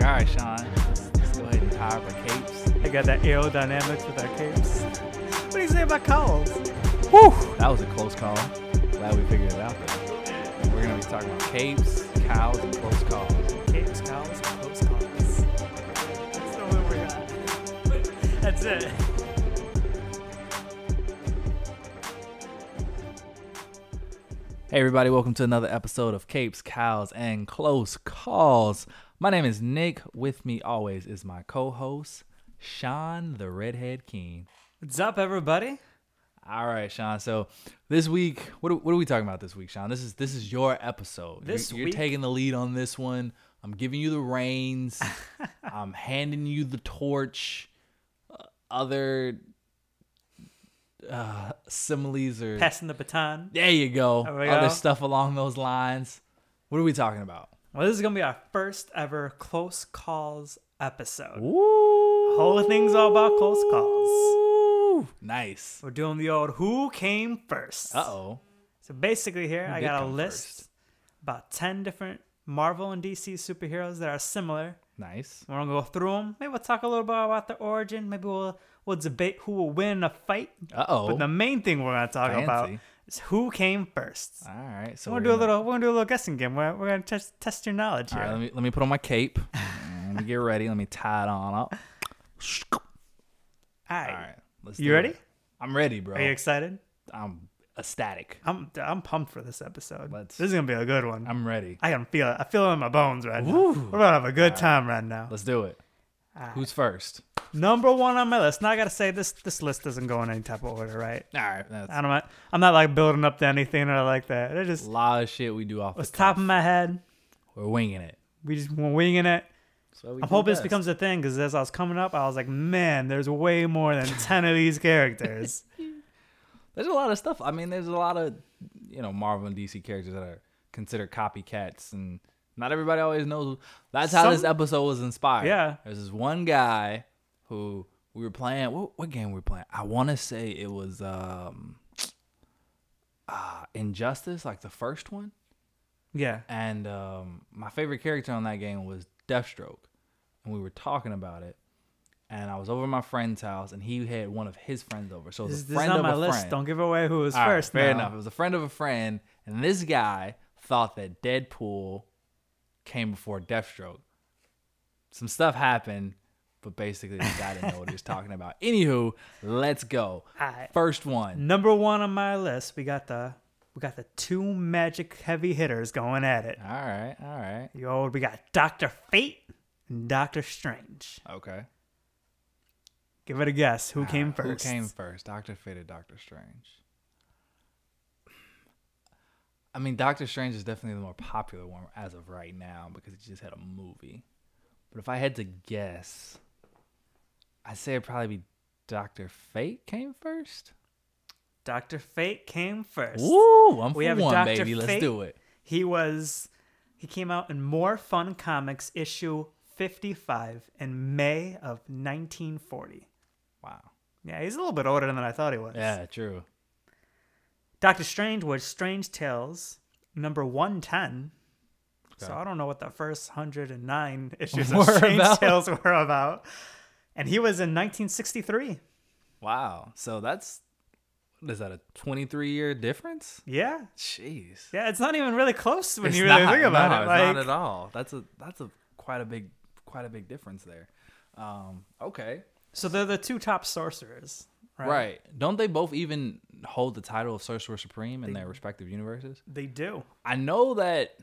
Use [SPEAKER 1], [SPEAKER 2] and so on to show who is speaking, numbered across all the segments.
[SPEAKER 1] right, Sean. Let's go ahead and tie up our capes.
[SPEAKER 2] I got that aerodynamics with our capes. What do you say about calls?
[SPEAKER 1] Whew, that was a close call. Glad we figured it out. Though. We're gonna be talking about capes, cows, and close calls.
[SPEAKER 2] Capes, cows, close calls. That's the one we got. That's it.
[SPEAKER 1] Hey, everybody! Welcome to another episode of Capes, Cows, and Close Calls. My name is Nick. With me always is my co-host Sean, the redhead king.
[SPEAKER 2] What's up, everybody?
[SPEAKER 1] All right, Sean. So this week, what are, what are we talking about this week, Sean? This is this is your episode. You're-
[SPEAKER 2] This
[SPEAKER 1] you're,
[SPEAKER 2] week-
[SPEAKER 1] taking the lead on this one. I'm giving you the reins. I'm handing you the torch. Uh, Other uh, similes or
[SPEAKER 2] Passing the baton.
[SPEAKER 1] there you go.
[SPEAKER 2] There we
[SPEAKER 1] Other
[SPEAKER 2] go.
[SPEAKER 1] stuff along those lines. What are we talking about?
[SPEAKER 2] Well, this is gonna be our first ever close calls episode.
[SPEAKER 1] Ooh,
[SPEAKER 2] Whole thing's all about close calls.
[SPEAKER 1] nice.
[SPEAKER 2] We're doing the old who came first.
[SPEAKER 1] Uh oh.
[SPEAKER 2] So basically, here I
[SPEAKER 1] did
[SPEAKER 2] got a
[SPEAKER 1] come
[SPEAKER 2] list
[SPEAKER 1] first?
[SPEAKER 2] about ten different Marvel and DC superheroes that are similar.
[SPEAKER 1] Nice.
[SPEAKER 2] We're gonna go through them. Maybe we'll talk a little bit about their origin. Maybe we'll we'll debate who will win a fight.
[SPEAKER 1] Uh oh.
[SPEAKER 2] But the main thing we're gonna talk about
[SPEAKER 1] Fancy.
[SPEAKER 2] is who came first.
[SPEAKER 1] All right. So
[SPEAKER 2] we're
[SPEAKER 1] we're
[SPEAKER 2] gonna do a
[SPEAKER 1] gonna-
[SPEAKER 2] little. We're gonna do a little guessing game. We're, we're gonna test test your knowledge
[SPEAKER 1] All
[SPEAKER 2] here.
[SPEAKER 1] right, let me let me put on my cape. Mm, let me get ready. Let me tie it on up. All
[SPEAKER 2] All
[SPEAKER 1] right, let's.
[SPEAKER 2] You
[SPEAKER 1] do
[SPEAKER 2] ready?
[SPEAKER 1] It. I'm ready, bro.
[SPEAKER 2] Are you excited?
[SPEAKER 1] I'm ecstatic.
[SPEAKER 2] I'm I'm pumped for this episode.
[SPEAKER 1] Let's-
[SPEAKER 2] This is gonna be a good one.
[SPEAKER 1] I'm ready.
[SPEAKER 2] I can feel it. I feel it in my bones right now.
[SPEAKER 1] Woo.
[SPEAKER 2] We're gonna have a good time right now.
[SPEAKER 1] Let's do it. Who's first?
[SPEAKER 2] Number one on my list. Now I gotta say this this list doesn't go in any type of order, right?
[SPEAKER 1] All right, that's
[SPEAKER 2] I don't. I'm not like building up to anything or like that. It just
[SPEAKER 1] a lot of shit we do off. The
[SPEAKER 2] was top of my head.
[SPEAKER 1] cuff. We're winging it.
[SPEAKER 2] We just were winging it.
[SPEAKER 1] That's what we
[SPEAKER 2] I'm
[SPEAKER 1] do
[SPEAKER 2] hoping this
[SPEAKER 1] best.
[SPEAKER 2] becomes a thing because as I was coming up, I was like, man, there's way more than ten of these characters.
[SPEAKER 1] There's a lot of stuff. I mean, there's a lot of you know Marvel and DC characters that are considered copycats, and not everybody always knows. That's how this
[SPEAKER 2] Some-
[SPEAKER 1] episode was inspired.
[SPEAKER 2] Yeah.
[SPEAKER 1] there's this one guy who we were playing. What, what game were we playing? I want to say it was um, uh, Injustice, like the first one.
[SPEAKER 2] yeah.
[SPEAKER 1] And um, my favorite character on that game was Deathstroke. And we were talking about it. And I was over at my friend's house, and he had one of his friends over. So it
[SPEAKER 2] This,
[SPEAKER 1] was a
[SPEAKER 2] this is
[SPEAKER 1] friend
[SPEAKER 2] on
[SPEAKER 1] of
[SPEAKER 2] my
[SPEAKER 1] a
[SPEAKER 2] list.
[SPEAKER 1] friend.
[SPEAKER 2] Don't give away who was
[SPEAKER 1] All right,
[SPEAKER 2] first.
[SPEAKER 1] fair
[SPEAKER 2] now.
[SPEAKER 1] enough. It was a friend of a friend, and this guy thought that Deadpool came before Deathstroke. Some stuff happened, but basically the guy didn't know what he was talking about. Anywho, let's go.
[SPEAKER 2] Alright.
[SPEAKER 1] First one.
[SPEAKER 2] Number one on my list. We got the we got the two magic heavy hitters going at it.
[SPEAKER 1] All right, all right,
[SPEAKER 2] Yo, we got Doctor Fate and Doctor Strange.
[SPEAKER 1] okay.
[SPEAKER 2] Give it a guess. Who came
[SPEAKER 1] Who
[SPEAKER 2] first?
[SPEAKER 1] came first, Doctor Fate or Doctor Strange? I mean, Doctor Strange is definitely the more popular one as of right now because he just had a movie. But if I had to guess, I'd say it'd probably be Doctor Fate came first.
[SPEAKER 2] Doctor Fate came first.
[SPEAKER 1] Woo! I'm
[SPEAKER 2] We
[SPEAKER 1] for
[SPEAKER 2] have
[SPEAKER 1] one,
[SPEAKER 2] Dr.
[SPEAKER 1] baby. Let's
[SPEAKER 2] Fate.
[SPEAKER 1] do it.
[SPEAKER 2] He was he came out in More Fun Comics issue 55 in May of 1940.
[SPEAKER 1] Wow.
[SPEAKER 2] Yeah, he's a little bit older than I thought he was.
[SPEAKER 1] Yeah, true.
[SPEAKER 2] Doctor Strange was Strange Tales number 110. So
[SPEAKER 1] Okay.
[SPEAKER 2] I don't know what the first 109 issues
[SPEAKER 1] Were
[SPEAKER 2] of Strange
[SPEAKER 1] about.
[SPEAKER 2] Tales were about. And he was in 1963.
[SPEAKER 1] Wow. So that's what is that a 23 year difference?
[SPEAKER 2] Yeah.
[SPEAKER 1] Jeez.
[SPEAKER 2] Yeah, it's not even really close when
[SPEAKER 1] It's
[SPEAKER 2] you really
[SPEAKER 1] not,
[SPEAKER 2] think about
[SPEAKER 1] no,
[SPEAKER 2] it.
[SPEAKER 1] it's
[SPEAKER 2] Like,
[SPEAKER 1] not at all. That's a that's a quite a big quite a big difference there. Um, okay,
[SPEAKER 2] so they're the two top sorcerers, right?
[SPEAKER 1] right. Don't they both even hold the title of Sorcerer Supreme in their respective universes?
[SPEAKER 2] They do.
[SPEAKER 1] I know that.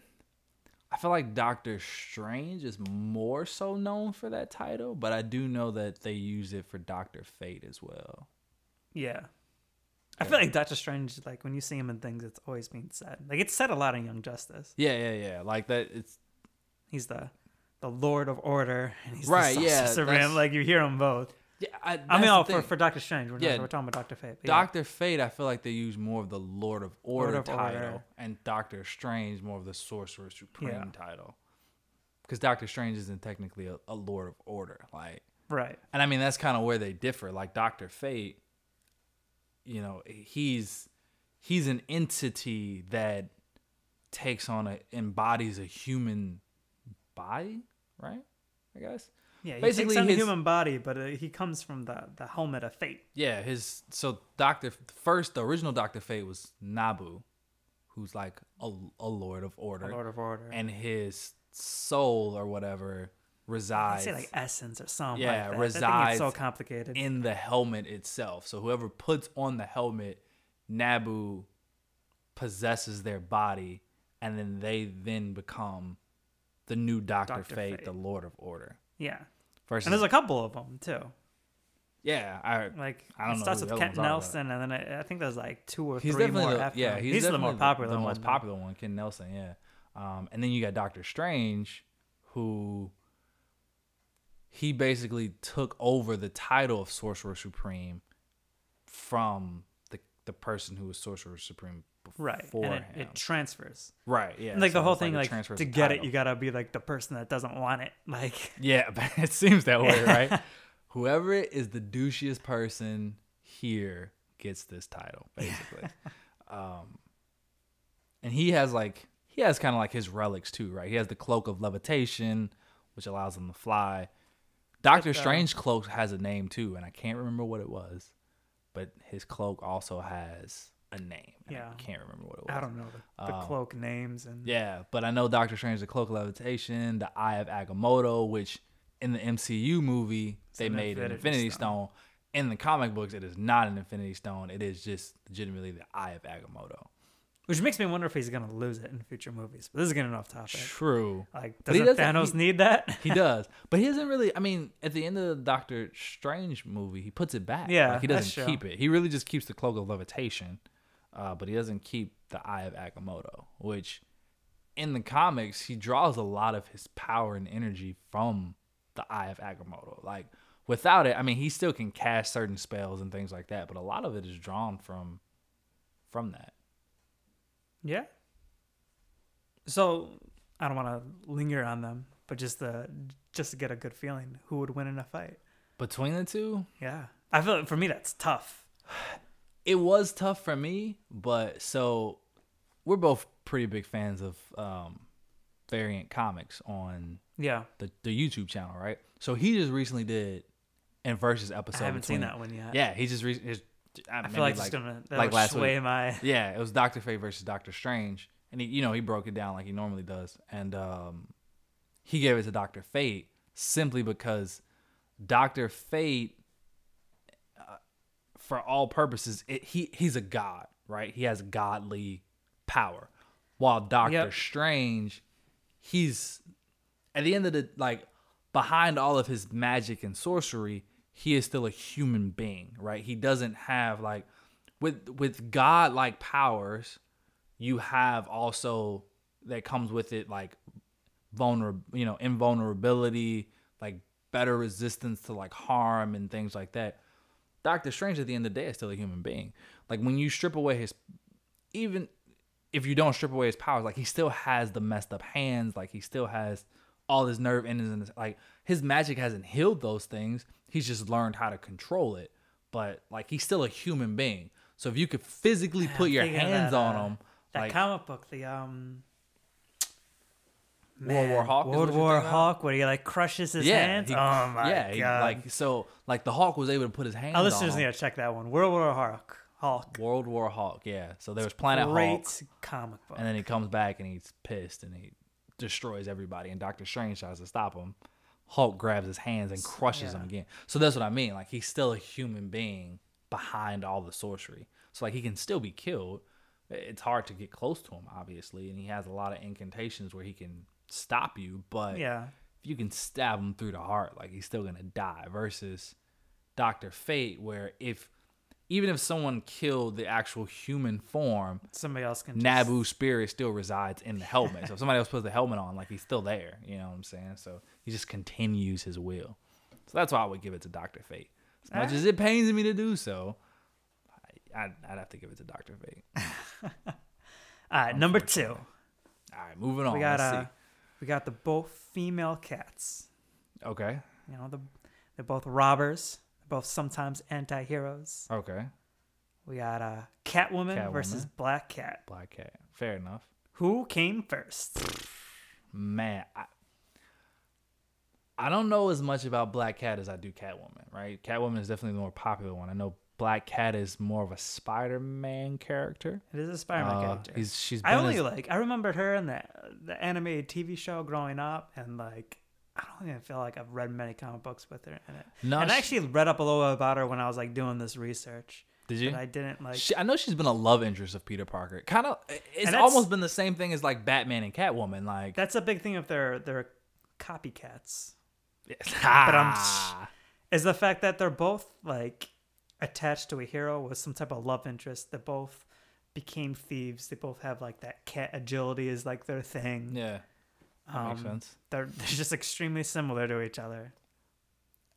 [SPEAKER 1] I feel like Doctor Strange is more so known for that title, but I do know that they use it for Doctor Fate as well.
[SPEAKER 2] Yeah. I feel like Doctor Strange, like when you see him in things, it's always being said. Like it's said a lot in Young Justice.
[SPEAKER 1] Yeah, yeah, yeah. Like that. It's
[SPEAKER 2] He's the the Lord of Order, and he's
[SPEAKER 1] Right,
[SPEAKER 2] The
[SPEAKER 1] yeah,
[SPEAKER 2] Sorcerer
[SPEAKER 1] that's-
[SPEAKER 2] Supreme. Like you hear them both.
[SPEAKER 1] yeah. I,
[SPEAKER 2] I mean,
[SPEAKER 1] that's the
[SPEAKER 2] oh, for,
[SPEAKER 1] thing.
[SPEAKER 2] for Doctor Strange, we're,
[SPEAKER 1] Yeah.
[SPEAKER 2] not, we're talking about Doctor Fate. but yeah.
[SPEAKER 1] Doctor Fate, I feel like they use more of the Lord of Order
[SPEAKER 2] of
[SPEAKER 1] title,
[SPEAKER 2] Order.
[SPEAKER 1] and Doctor Strange more of the Sorcerer Supreme
[SPEAKER 2] Yeah.
[SPEAKER 1] title. Because Doctor Strange isn't technically a, a Lord of Order, like,
[SPEAKER 2] right?
[SPEAKER 1] and I mean that's kind of where they differ. Like Doctor Fate, you know, he's he's an entity that takes on a embodies a human body, right? I guess.
[SPEAKER 2] Yeah, he
[SPEAKER 1] Basically,
[SPEAKER 2] takes on the
[SPEAKER 1] his-
[SPEAKER 2] human body, but uh, he comes from the, the helmet of fate.
[SPEAKER 1] Yeah, his so Doctor first the original Doctor Fate was Nabu, who's like a, a Lord of Order,
[SPEAKER 2] Lord of Order.
[SPEAKER 1] and his soul or whatever
[SPEAKER 2] I
[SPEAKER 1] resides
[SPEAKER 2] say like essence or something.
[SPEAKER 1] Yeah,
[SPEAKER 2] like that. I think
[SPEAKER 1] resides
[SPEAKER 2] it's so complicated.
[SPEAKER 1] in the helmet itself. So whoever puts on the helmet, Nabu possesses their body, and then they then become the new Doctor
[SPEAKER 2] Dr.
[SPEAKER 1] Fate,
[SPEAKER 2] Fate.
[SPEAKER 1] the Lord of Order.
[SPEAKER 2] yeah,
[SPEAKER 1] Versus,
[SPEAKER 2] and there's a couple of them too.
[SPEAKER 1] yeah, I,
[SPEAKER 2] Like
[SPEAKER 1] I don't
[SPEAKER 2] it
[SPEAKER 1] know
[SPEAKER 2] starts
[SPEAKER 1] who
[SPEAKER 2] with
[SPEAKER 1] the other
[SPEAKER 2] Kent
[SPEAKER 1] ones are, but-
[SPEAKER 2] Nelson, and then I, I think there's like two or
[SPEAKER 1] he's
[SPEAKER 2] three more
[SPEAKER 1] definitely the,
[SPEAKER 2] after.
[SPEAKER 1] yeah
[SPEAKER 2] him.
[SPEAKER 1] he's,
[SPEAKER 2] he's the
[SPEAKER 1] definitely
[SPEAKER 2] more popular
[SPEAKER 1] the
[SPEAKER 2] one.
[SPEAKER 1] most
[SPEAKER 2] though.
[SPEAKER 1] popular one ken nelson yeah um, and then you got doctor strange who he basically took over the title of sorcerer supreme from the the person who was sorcerer supreme before
[SPEAKER 2] right? And it,
[SPEAKER 1] him
[SPEAKER 2] it transfers.
[SPEAKER 1] right yeah
[SPEAKER 2] And like
[SPEAKER 1] so
[SPEAKER 2] the whole
[SPEAKER 1] it's
[SPEAKER 2] thing,
[SPEAKER 1] it
[SPEAKER 2] like,
[SPEAKER 1] transfers
[SPEAKER 2] to
[SPEAKER 1] the
[SPEAKER 2] get it,
[SPEAKER 1] title.
[SPEAKER 2] you gotta be like the person that doesn't want it. Like
[SPEAKER 1] Yeah, but it seems that way, right? Whoever is the douchiest person here gets this title, basically. um, and he has like he has kind of like his relics too, right? He has the cloak of levitation, which allows him to fly. Doctor Strange cloak has a name too, and I can't remember what it was, but his cloak also has a name. and
[SPEAKER 2] Yeah.
[SPEAKER 1] I can't remember what it was.
[SPEAKER 2] I don't know the, the cloak names and
[SPEAKER 1] Um, Yeah, but I know Doctor Strange, the Cloak of Levitation, the Eye of Agamotto, which in the MCU movie they
[SPEAKER 2] an
[SPEAKER 1] made an
[SPEAKER 2] Infinity
[SPEAKER 1] Infinity
[SPEAKER 2] Stone.
[SPEAKER 1] Stone. In the comic books, it is not an Infinity Stone. It is just legitimately the Eye of Agamotto.
[SPEAKER 2] which makes me wonder if he's gonna lose it in future movies. But this is getting off topic.
[SPEAKER 1] True.
[SPEAKER 2] Like,
[SPEAKER 1] But he
[SPEAKER 2] doesn't
[SPEAKER 1] doesn't-
[SPEAKER 2] Thanos
[SPEAKER 1] he-
[SPEAKER 2] need that?
[SPEAKER 1] He does, but he doesn't really. I mean, at the end of the Doctor Strange movie, he puts it back.
[SPEAKER 2] Yeah,
[SPEAKER 1] like, he
[SPEAKER 2] that's
[SPEAKER 1] doesn't
[SPEAKER 2] true.
[SPEAKER 1] keep it. He really just keeps the cloak of levitation, uh, but he doesn't keep the Eye of Agamotto, which in the comics he draws a lot of his power and energy from the Eye of Agamotto. Like without it, I mean, he still can cast certain spells and things like that, but a lot of it is drawn from from that.
[SPEAKER 2] Yeah. So I don't want to linger on them, but just the just to get a good feeling, who would win in a fight?
[SPEAKER 1] Between the two,
[SPEAKER 2] Yeah, I feel for me that's tough.
[SPEAKER 1] it was tough for me, but so we're both pretty big fans of um, Variant Comics on
[SPEAKER 2] Yeah,
[SPEAKER 1] the, the YouTube channel, right? So he just recently did an versus episode.
[SPEAKER 2] I haven't seen
[SPEAKER 1] between-
[SPEAKER 2] that one yet.
[SPEAKER 1] Yeah, he just recently. I
[SPEAKER 2] I feel like it's gonna that
[SPEAKER 1] like
[SPEAKER 2] would
[SPEAKER 1] last
[SPEAKER 2] sway
[SPEAKER 1] week.
[SPEAKER 2] my
[SPEAKER 1] Yeah, it was Doctor Fate versus Doctor Strange, and he, you know, he broke it down like he normally does, and um, he gave it to Doctor Fate simply because Doctor Fate, uh, for all purposes, it, he he's a god, right? He has godly power, while Doctor
[SPEAKER 2] Yep.
[SPEAKER 1] Strange, he's at the end of the like behind all of his magic and sorcery he is still a human being right he doesn't have like with with god like powers you have also that comes with it like vulnerable you know invulnerability like better resistance to like harm and things like that doctor strange at the end of the day is still a human being like when you strip away his even if you don't strip away his powers, like he still has the messed up hands, like he still has all his nerve endings, and like his magic hasn't healed those things. He's just learned how to control it, but like he's still a human being. So if you could physically put your
[SPEAKER 2] thinking of
[SPEAKER 1] hands
[SPEAKER 2] that,
[SPEAKER 1] on
[SPEAKER 2] uh,
[SPEAKER 1] him,
[SPEAKER 2] that
[SPEAKER 1] like
[SPEAKER 2] comic book, the um.
[SPEAKER 1] World War
[SPEAKER 2] man,
[SPEAKER 1] Hawk is what
[SPEAKER 2] World
[SPEAKER 1] you're
[SPEAKER 2] War
[SPEAKER 1] thinking about?
[SPEAKER 2] Hawk, where he like crushes his
[SPEAKER 1] yeah,
[SPEAKER 2] hands.
[SPEAKER 1] he-
[SPEAKER 2] oh my
[SPEAKER 1] yeah, he,
[SPEAKER 2] god! Oh,
[SPEAKER 1] like so, like the Hawk was able to put his hands.
[SPEAKER 2] Our listeners
[SPEAKER 1] on
[SPEAKER 2] need
[SPEAKER 1] him.
[SPEAKER 2] to check that one. World War Hawk, Hawk,
[SPEAKER 1] World War Hawk, yeah. So there was Planet Hawk,
[SPEAKER 2] great comic book.
[SPEAKER 1] And then he comes back and he's pissed and he destroys everybody. And Doctor Strange tries to stop him. Hulk grabs his hands and crushes him
[SPEAKER 2] yeah.
[SPEAKER 1] again. So that's what I mean. Like he's still a human being behind all the sorcery. So like he can still be killed. It's hard to get close to him, obviously, and he has a lot of incantations where he can stop you. But
[SPEAKER 2] yeah,
[SPEAKER 1] if you can stab him through the heart, like he's still gonna die. Versus Doctor Fate, where if even if someone killed the actual human form,
[SPEAKER 2] somebody else can. just-
[SPEAKER 1] Naboo spirit still resides in the helmet. so if somebody else puts the helmet on, like he's still there. You know what I'm saying? So he just continues his will. So that's why I would give it to Doctor Fate. As much as it pains me to do so, I, I'd, I'd have to give it to Doctor Fate.
[SPEAKER 2] All right, number two.
[SPEAKER 1] All right, moving on.
[SPEAKER 2] We got
[SPEAKER 1] Let's
[SPEAKER 2] uh, we got the both female cats.
[SPEAKER 1] see. Okay.
[SPEAKER 2] You know, the, they're both robbers. They're both sometimes anti-heroes.
[SPEAKER 1] Okay.
[SPEAKER 2] We got uh, Catwoman,
[SPEAKER 1] Catwoman.
[SPEAKER 2] versus Black Cat.
[SPEAKER 1] Black Cat. Fair enough.
[SPEAKER 2] Who came first?
[SPEAKER 1] Man, I, I don't know as much about Black Cat as I do Catwoman, right? Catwoman is definitely the more popular one. I know Black Cat is more of a Spider-Man character.
[SPEAKER 2] It is a Spider-Man
[SPEAKER 1] Uh,
[SPEAKER 2] character.
[SPEAKER 1] He's she's been
[SPEAKER 2] I only
[SPEAKER 1] as-
[SPEAKER 2] like I remembered her in the the animated TV show growing up, and like I don't even feel like I've read many comic books with her in it.
[SPEAKER 1] No,
[SPEAKER 2] and I
[SPEAKER 1] she-
[SPEAKER 2] actually read up a little about her when I was like doing this research.
[SPEAKER 1] Did you?
[SPEAKER 2] But I didn't like.
[SPEAKER 1] She, I know she's been a love interest of Peter Parker. Kind of, it's
[SPEAKER 2] that's-
[SPEAKER 1] almost been the same thing as like Batman and Catwoman. Like,
[SPEAKER 2] that's a big thing if they're they're copycats.
[SPEAKER 1] Ah.
[SPEAKER 2] Is the fact that they're both like attached to a hero with some type of love interest. They both became thieves. They both have like that cat agility is like their thing.
[SPEAKER 1] yeah, that makes
[SPEAKER 2] Um,
[SPEAKER 1] sense.
[SPEAKER 2] They're they're just extremely similar to each other.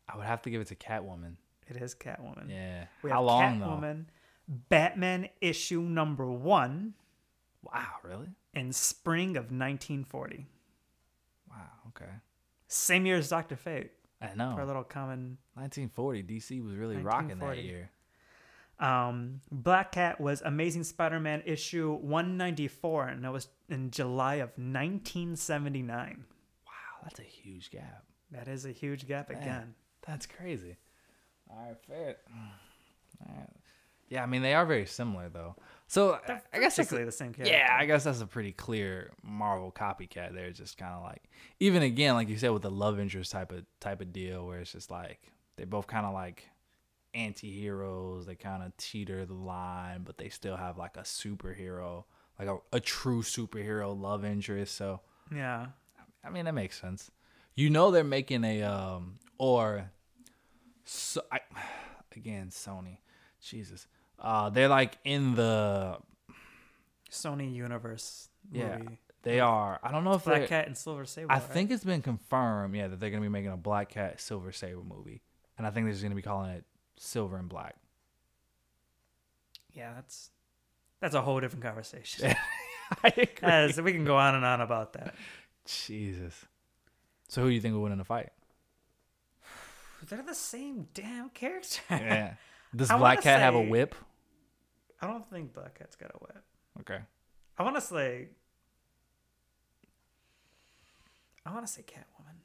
[SPEAKER 1] I would have to give it to Catwoman.
[SPEAKER 2] It is Catwoman.
[SPEAKER 1] Yeah,
[SPEAKER 2] We
[SPEAKER 1] how
[SPEAKER 2] have
[SPEAKER 1] long
[SPEAKER 2] Catwoman, Batman issue number one
[SPEAKER 1] though? Wow, really?
[SPEAKER 2] in spring of 1940.
[SPEAKER 1] Wow, okay.
[SPEAKER 2] Same year as Doctor Fate.
[SPEAKER 1] I
[SPEAKER 2] For a
[SPEAKER 1] know.
[SPEAKER 2] little common.
[SPEAKER 1] 1940, DC was really rocking that
[SPEAKER 2] 1940.
[SPEAKER 1] year.
[SPEAKER 2] Um, Black Cat was Amazing Spider-Man issue 194, and that was in July of 1979.
[SPEAKER 1] Wow, that's a huge gap.
[SPEAKER 2] That is a huge gap again.
[SPEAKER 1] That's crazy. All right, fair. All right. Yeah, I mean they are very similar though. So I- I guess that's a-
[SPEAKER 2] Basically the same character.
[SPEAKER 1] yeah, I guess that's a pretty clear Marvel copycat. There, It's just kind of like even again, like you said, with the love interest type of type of deal, where it's just like they both kind of like anti-heroes. They kind of teeter the line, but they still have like a superhero, like a, a true superhero love interest. So
[SPEAKER 2] Yeah.
[SPEAKER 1] I mean, that makes sense. You know they're making a um or so I again Sony, Jesus, uh they're like in the
[SPEAKER 2] Sony Universe
[SPEAKER 1] yeah
[SPEAKER 2] movie.
[SPEAKER 1] they are. I don't know if
[SPEAKER 2] Black
[SPEAKER 1] they're-
[SPEAKER 2] Cat and Silver Sable.
[SPEAKER 1] I
[SPEAKER 2] right?
[SPEAKER 1] think it's been confirmed yeah that they're gonna be making a Black Cat Silver Saber movie, and I think they're just gonna be calling it Silver and Black.
[SPEAKER 2] Yeah, that's that's a whole different conversation.
[SPEAKER 1] I agree.
[SPEAKER 2] As we can go on and on about that.
[SPEAKER 1] Jesus. So who do you think will win in a fight?
[SPEAKER 2] They're the same damn character.
[SPEAKER 1] Yeah. Does
[SPEAKER 2] I
[SPEAKER 1] Black
[SPEAKER 2] wanna
[SPEAKER 1] Cat have a
[SPEAKER 2] say-
[SPEAKER 1] whip?
[SPEAKER 2] I don't think Black Cat's got a whip.
[SPEAKER 1] Okay.
[SPEAKER 2] I want to say. I want to say Catwoman,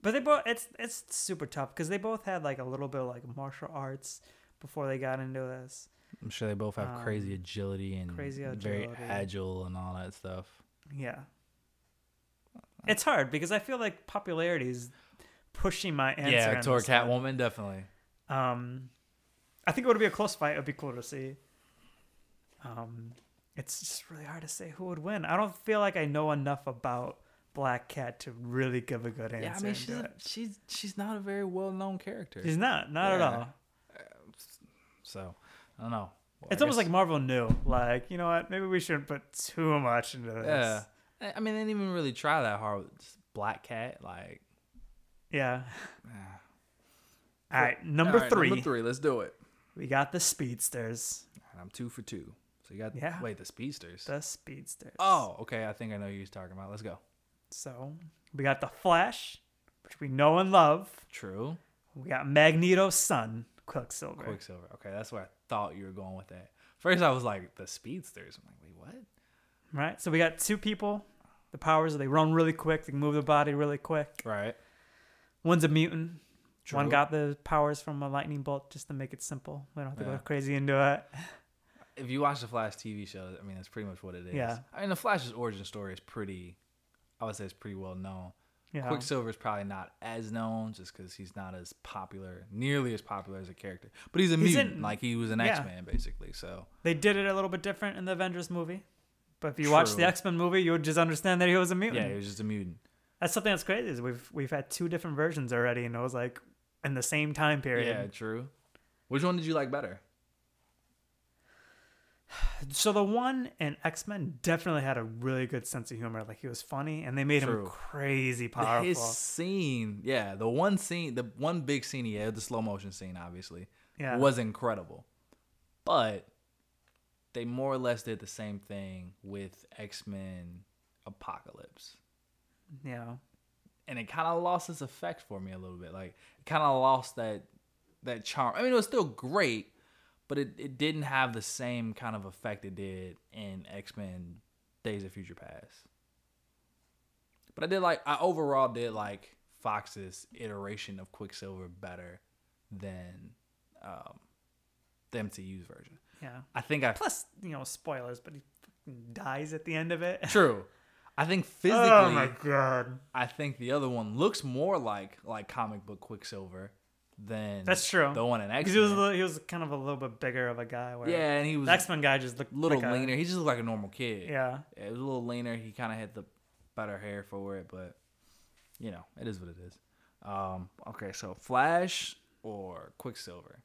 [SPEAKER 2] but they both it's it's super tough because they both had like a little bit of like martial arts before they got into this.
[SPEAKER 1] I'm sure they both have crazy agility and
[SPEAKER 2] Um, crazy
[SPEAKER 1] very
[SPEAKER 2] agility.
[SPEAKER 1] agile and all that stuff.
[SPEAKER 2] Yeah, it's hard because I feel like popularity is pushing my answer.
[SPEAKER 1] yeah,
[SPEAKER 2] on
[SPEAKER 1] Tor
[SPEAKER 2] this one.
[SPEAKER 1] Catwoman definitely.
[SPEAKER 2] Um, I think it would be a close fight. It would be cool to see. Um, it's just really hard to say who would win. I don't feel like I know enough about Black Cat to really give a good answer.
[SPEAKER 1] Yeah, I mean
[SPEAKER 2] and
[SPEAKER 1] she's
[SPEAKER 2] do
[SPEAKER 1] a,
[SPEAKER 2] it.
[SPEAKER 1] she's she's not a very well known character.
[SPEAKER 2] She's not, not at
[SPEAKER 1] Yeah.
[SPEAKER 2] all.
[SPEAKER 1] so I don't know. Well,
[SPEAKER 2] It's
[SPEAKER 1] I
[SPEAKER 2] almost
[SPEAKER 1] guess-
[SPEAKER 2] like Marvel knew, like you know what? Maybe we shouldn't put too much into this.
[SPEAKER 1] yeah. I- I mean, they didn't even really try that hard. with this Black Cat, like ah.
[SPEAKER 2] yeah. All right, number,
[SPEAKER 1] All right,
[SPEAKER 2] three,
[SPEAKER 1] Number three. Let's do it.
[SPEAKER 2] we got the Speedsters.
[SPEAKER 1] And I'm two for two. So you got
[SPEAKER 2] Yeah.
[SPEAKER 1] wait the speedsters.
[SPEAKER 2] The Speedsters.
[SPEAKER 1] oh, okay. I think I know who you're talking about. Let's go.
[SPEAKER 2] so we got the Flash, which we know and love.
[SPEAKER 1] True.
[SPEAKER 2] We got Magneto's son, Quicksilver.
[SPEAKER 1] Quicksilver. Okay, that's where I thought you were going with that. First, I was like the speedsters. I'm like, wait, what?
[SPEAKER 2] Right? So we got two people. The powers they run really quick, they can move their body really quick.
[SPEAKER 1] Right.
[SPEAKER 2] One's a mutant. One
[SPEAKER 1] True.
[SPEAKER 2] got the powers from a lightning bolt just to make it simple. We don't have to
[SPEAKER 1] Yeah.
[SPEAKER 2] go crazy into it.
[SPEAKER 1] if you watch the Flash TV show, I mean, that's pretty much what it is.
[SPEAKER 2] Yeah.
[SPEAKER 1] I mean, the Flash's origin story is pretty, I would say it's pretty well known.
[SPEAKER 2] Yeah.
[SPEAKER 1] Quicksilver is probably not as known just because he's not as popular, nearly as popular as a character. But he's a
[SPEAKER 2] He's
[SPEAKER 1] mutant.
[SPEAKER 2] in-
[SPEAKER 1] like, he was an
[SPEAKER 2] yeah.
[SPEAKER 1] X Man, basically. So,
[SPEAKER 2] They did it a little bit different in the Avengers movie. But if you watch the
[SPEAKER 1] True.
[SPEAKER 2] X Men movie, you would just understand that he was a mutant.
[SPEAKER 1] yeah, he was just a mutant.
[SPEAKER 2] That's something that's crazy. Is we've we've had two different versions already, and it was like in the same time
[SPEAKER 1] Yeah,
[SPEAKER 2] period.
[SPEAKER 1] true. Which one did you like better?
[SPEAKER 2] So the one in X Men definitely had a really good sense of humor. Like he was funny, and they made him
[SPEAKER 1] True.
[SPEAKER 2] crazy
[SPEAKER 1] The-
[SPEAKER 2] powerful.
[SPEAKER 1] His scene, yeah, the one scene, the one big scene he had, the slow motion scene, obviously,
[SPEAKER 2] Yeah.
[SPEAKER 1] was incredible. But they more or less did the same thing with X Men Apocalypse.
[SPEAKER 2] yeah.
[SPEAKER 1] And it kind of lost its effect for me a little bit. Like, it kind of lost that that charm. I mean, it was still great, but it, it didn't have the same kind of effect it did in X Men Days of Future Past. But I did like, I overall did like Fox's iteration of Quicksilver better than um, the MCU's version.
[SPEAKER 2] Yeah.
[SPEAKER 1] I think I
[SPEAKER 2] Plus, you know, spoilers, but he fucking dies at the end of it.
[SPEAKER 1] true. I think physically,
[SPEAKER 2] oh my god.
[SPEAKER 1] I think the other one looks more like like comic book Quicksilver than
[SPEAKER 2] That's true.
[SPEAKER 1] The one in X
[SPEAKER 2] Because he was a little, he was kind of a little bit bigger of a guy. Where
[SPEAKER 1] yeah, and he was
[SPEAKER 2] the X Men guy just looked
[SPEAKER 1] a little
[SPEAKER 2] like a-
[SPEAKER 1] leaner. he just looked like a normal kid.
[SPEAKER 2] yeah,
[SPEAKER 1] it was a little leaner. He kind of had the better hair for it, but you know, it is what it is. Um, okay, so Flash or Quicksilver.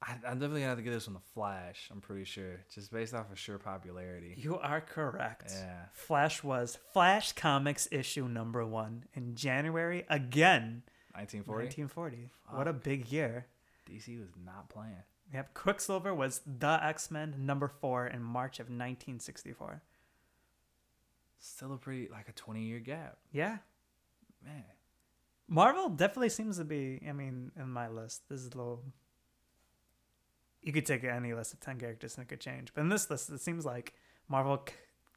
[SPEAKER 1] I, I'm definitely gonna have to get this one to Flash. I'm pretty sure, just based off of sheer popularity.
[SPEAKER 2] you are correct.
[SPEAKER 1] Yeah.
[SPEAKER 2] Flash was Flash Comics issue number one in January again,
[SPEAKER 1] 1940,
[SPEAKER 2] 1940. What a big year.
[SPEAKER 1] DC was not playing.
[SPEAKER 2] Yep, Quicksilver was the X Men number four in March of 1964.
[SPEAKER 1] Still a pretty like a 20 year gap,
[SPEAKER 2] Yeah,
[SPEAKER 1] man.
[SPEAKER 2] Marvel definitely seems to be. I mean, in my list, this is low. You could take any list of ten characters and it could change, but in this list, it seems like Marvel c-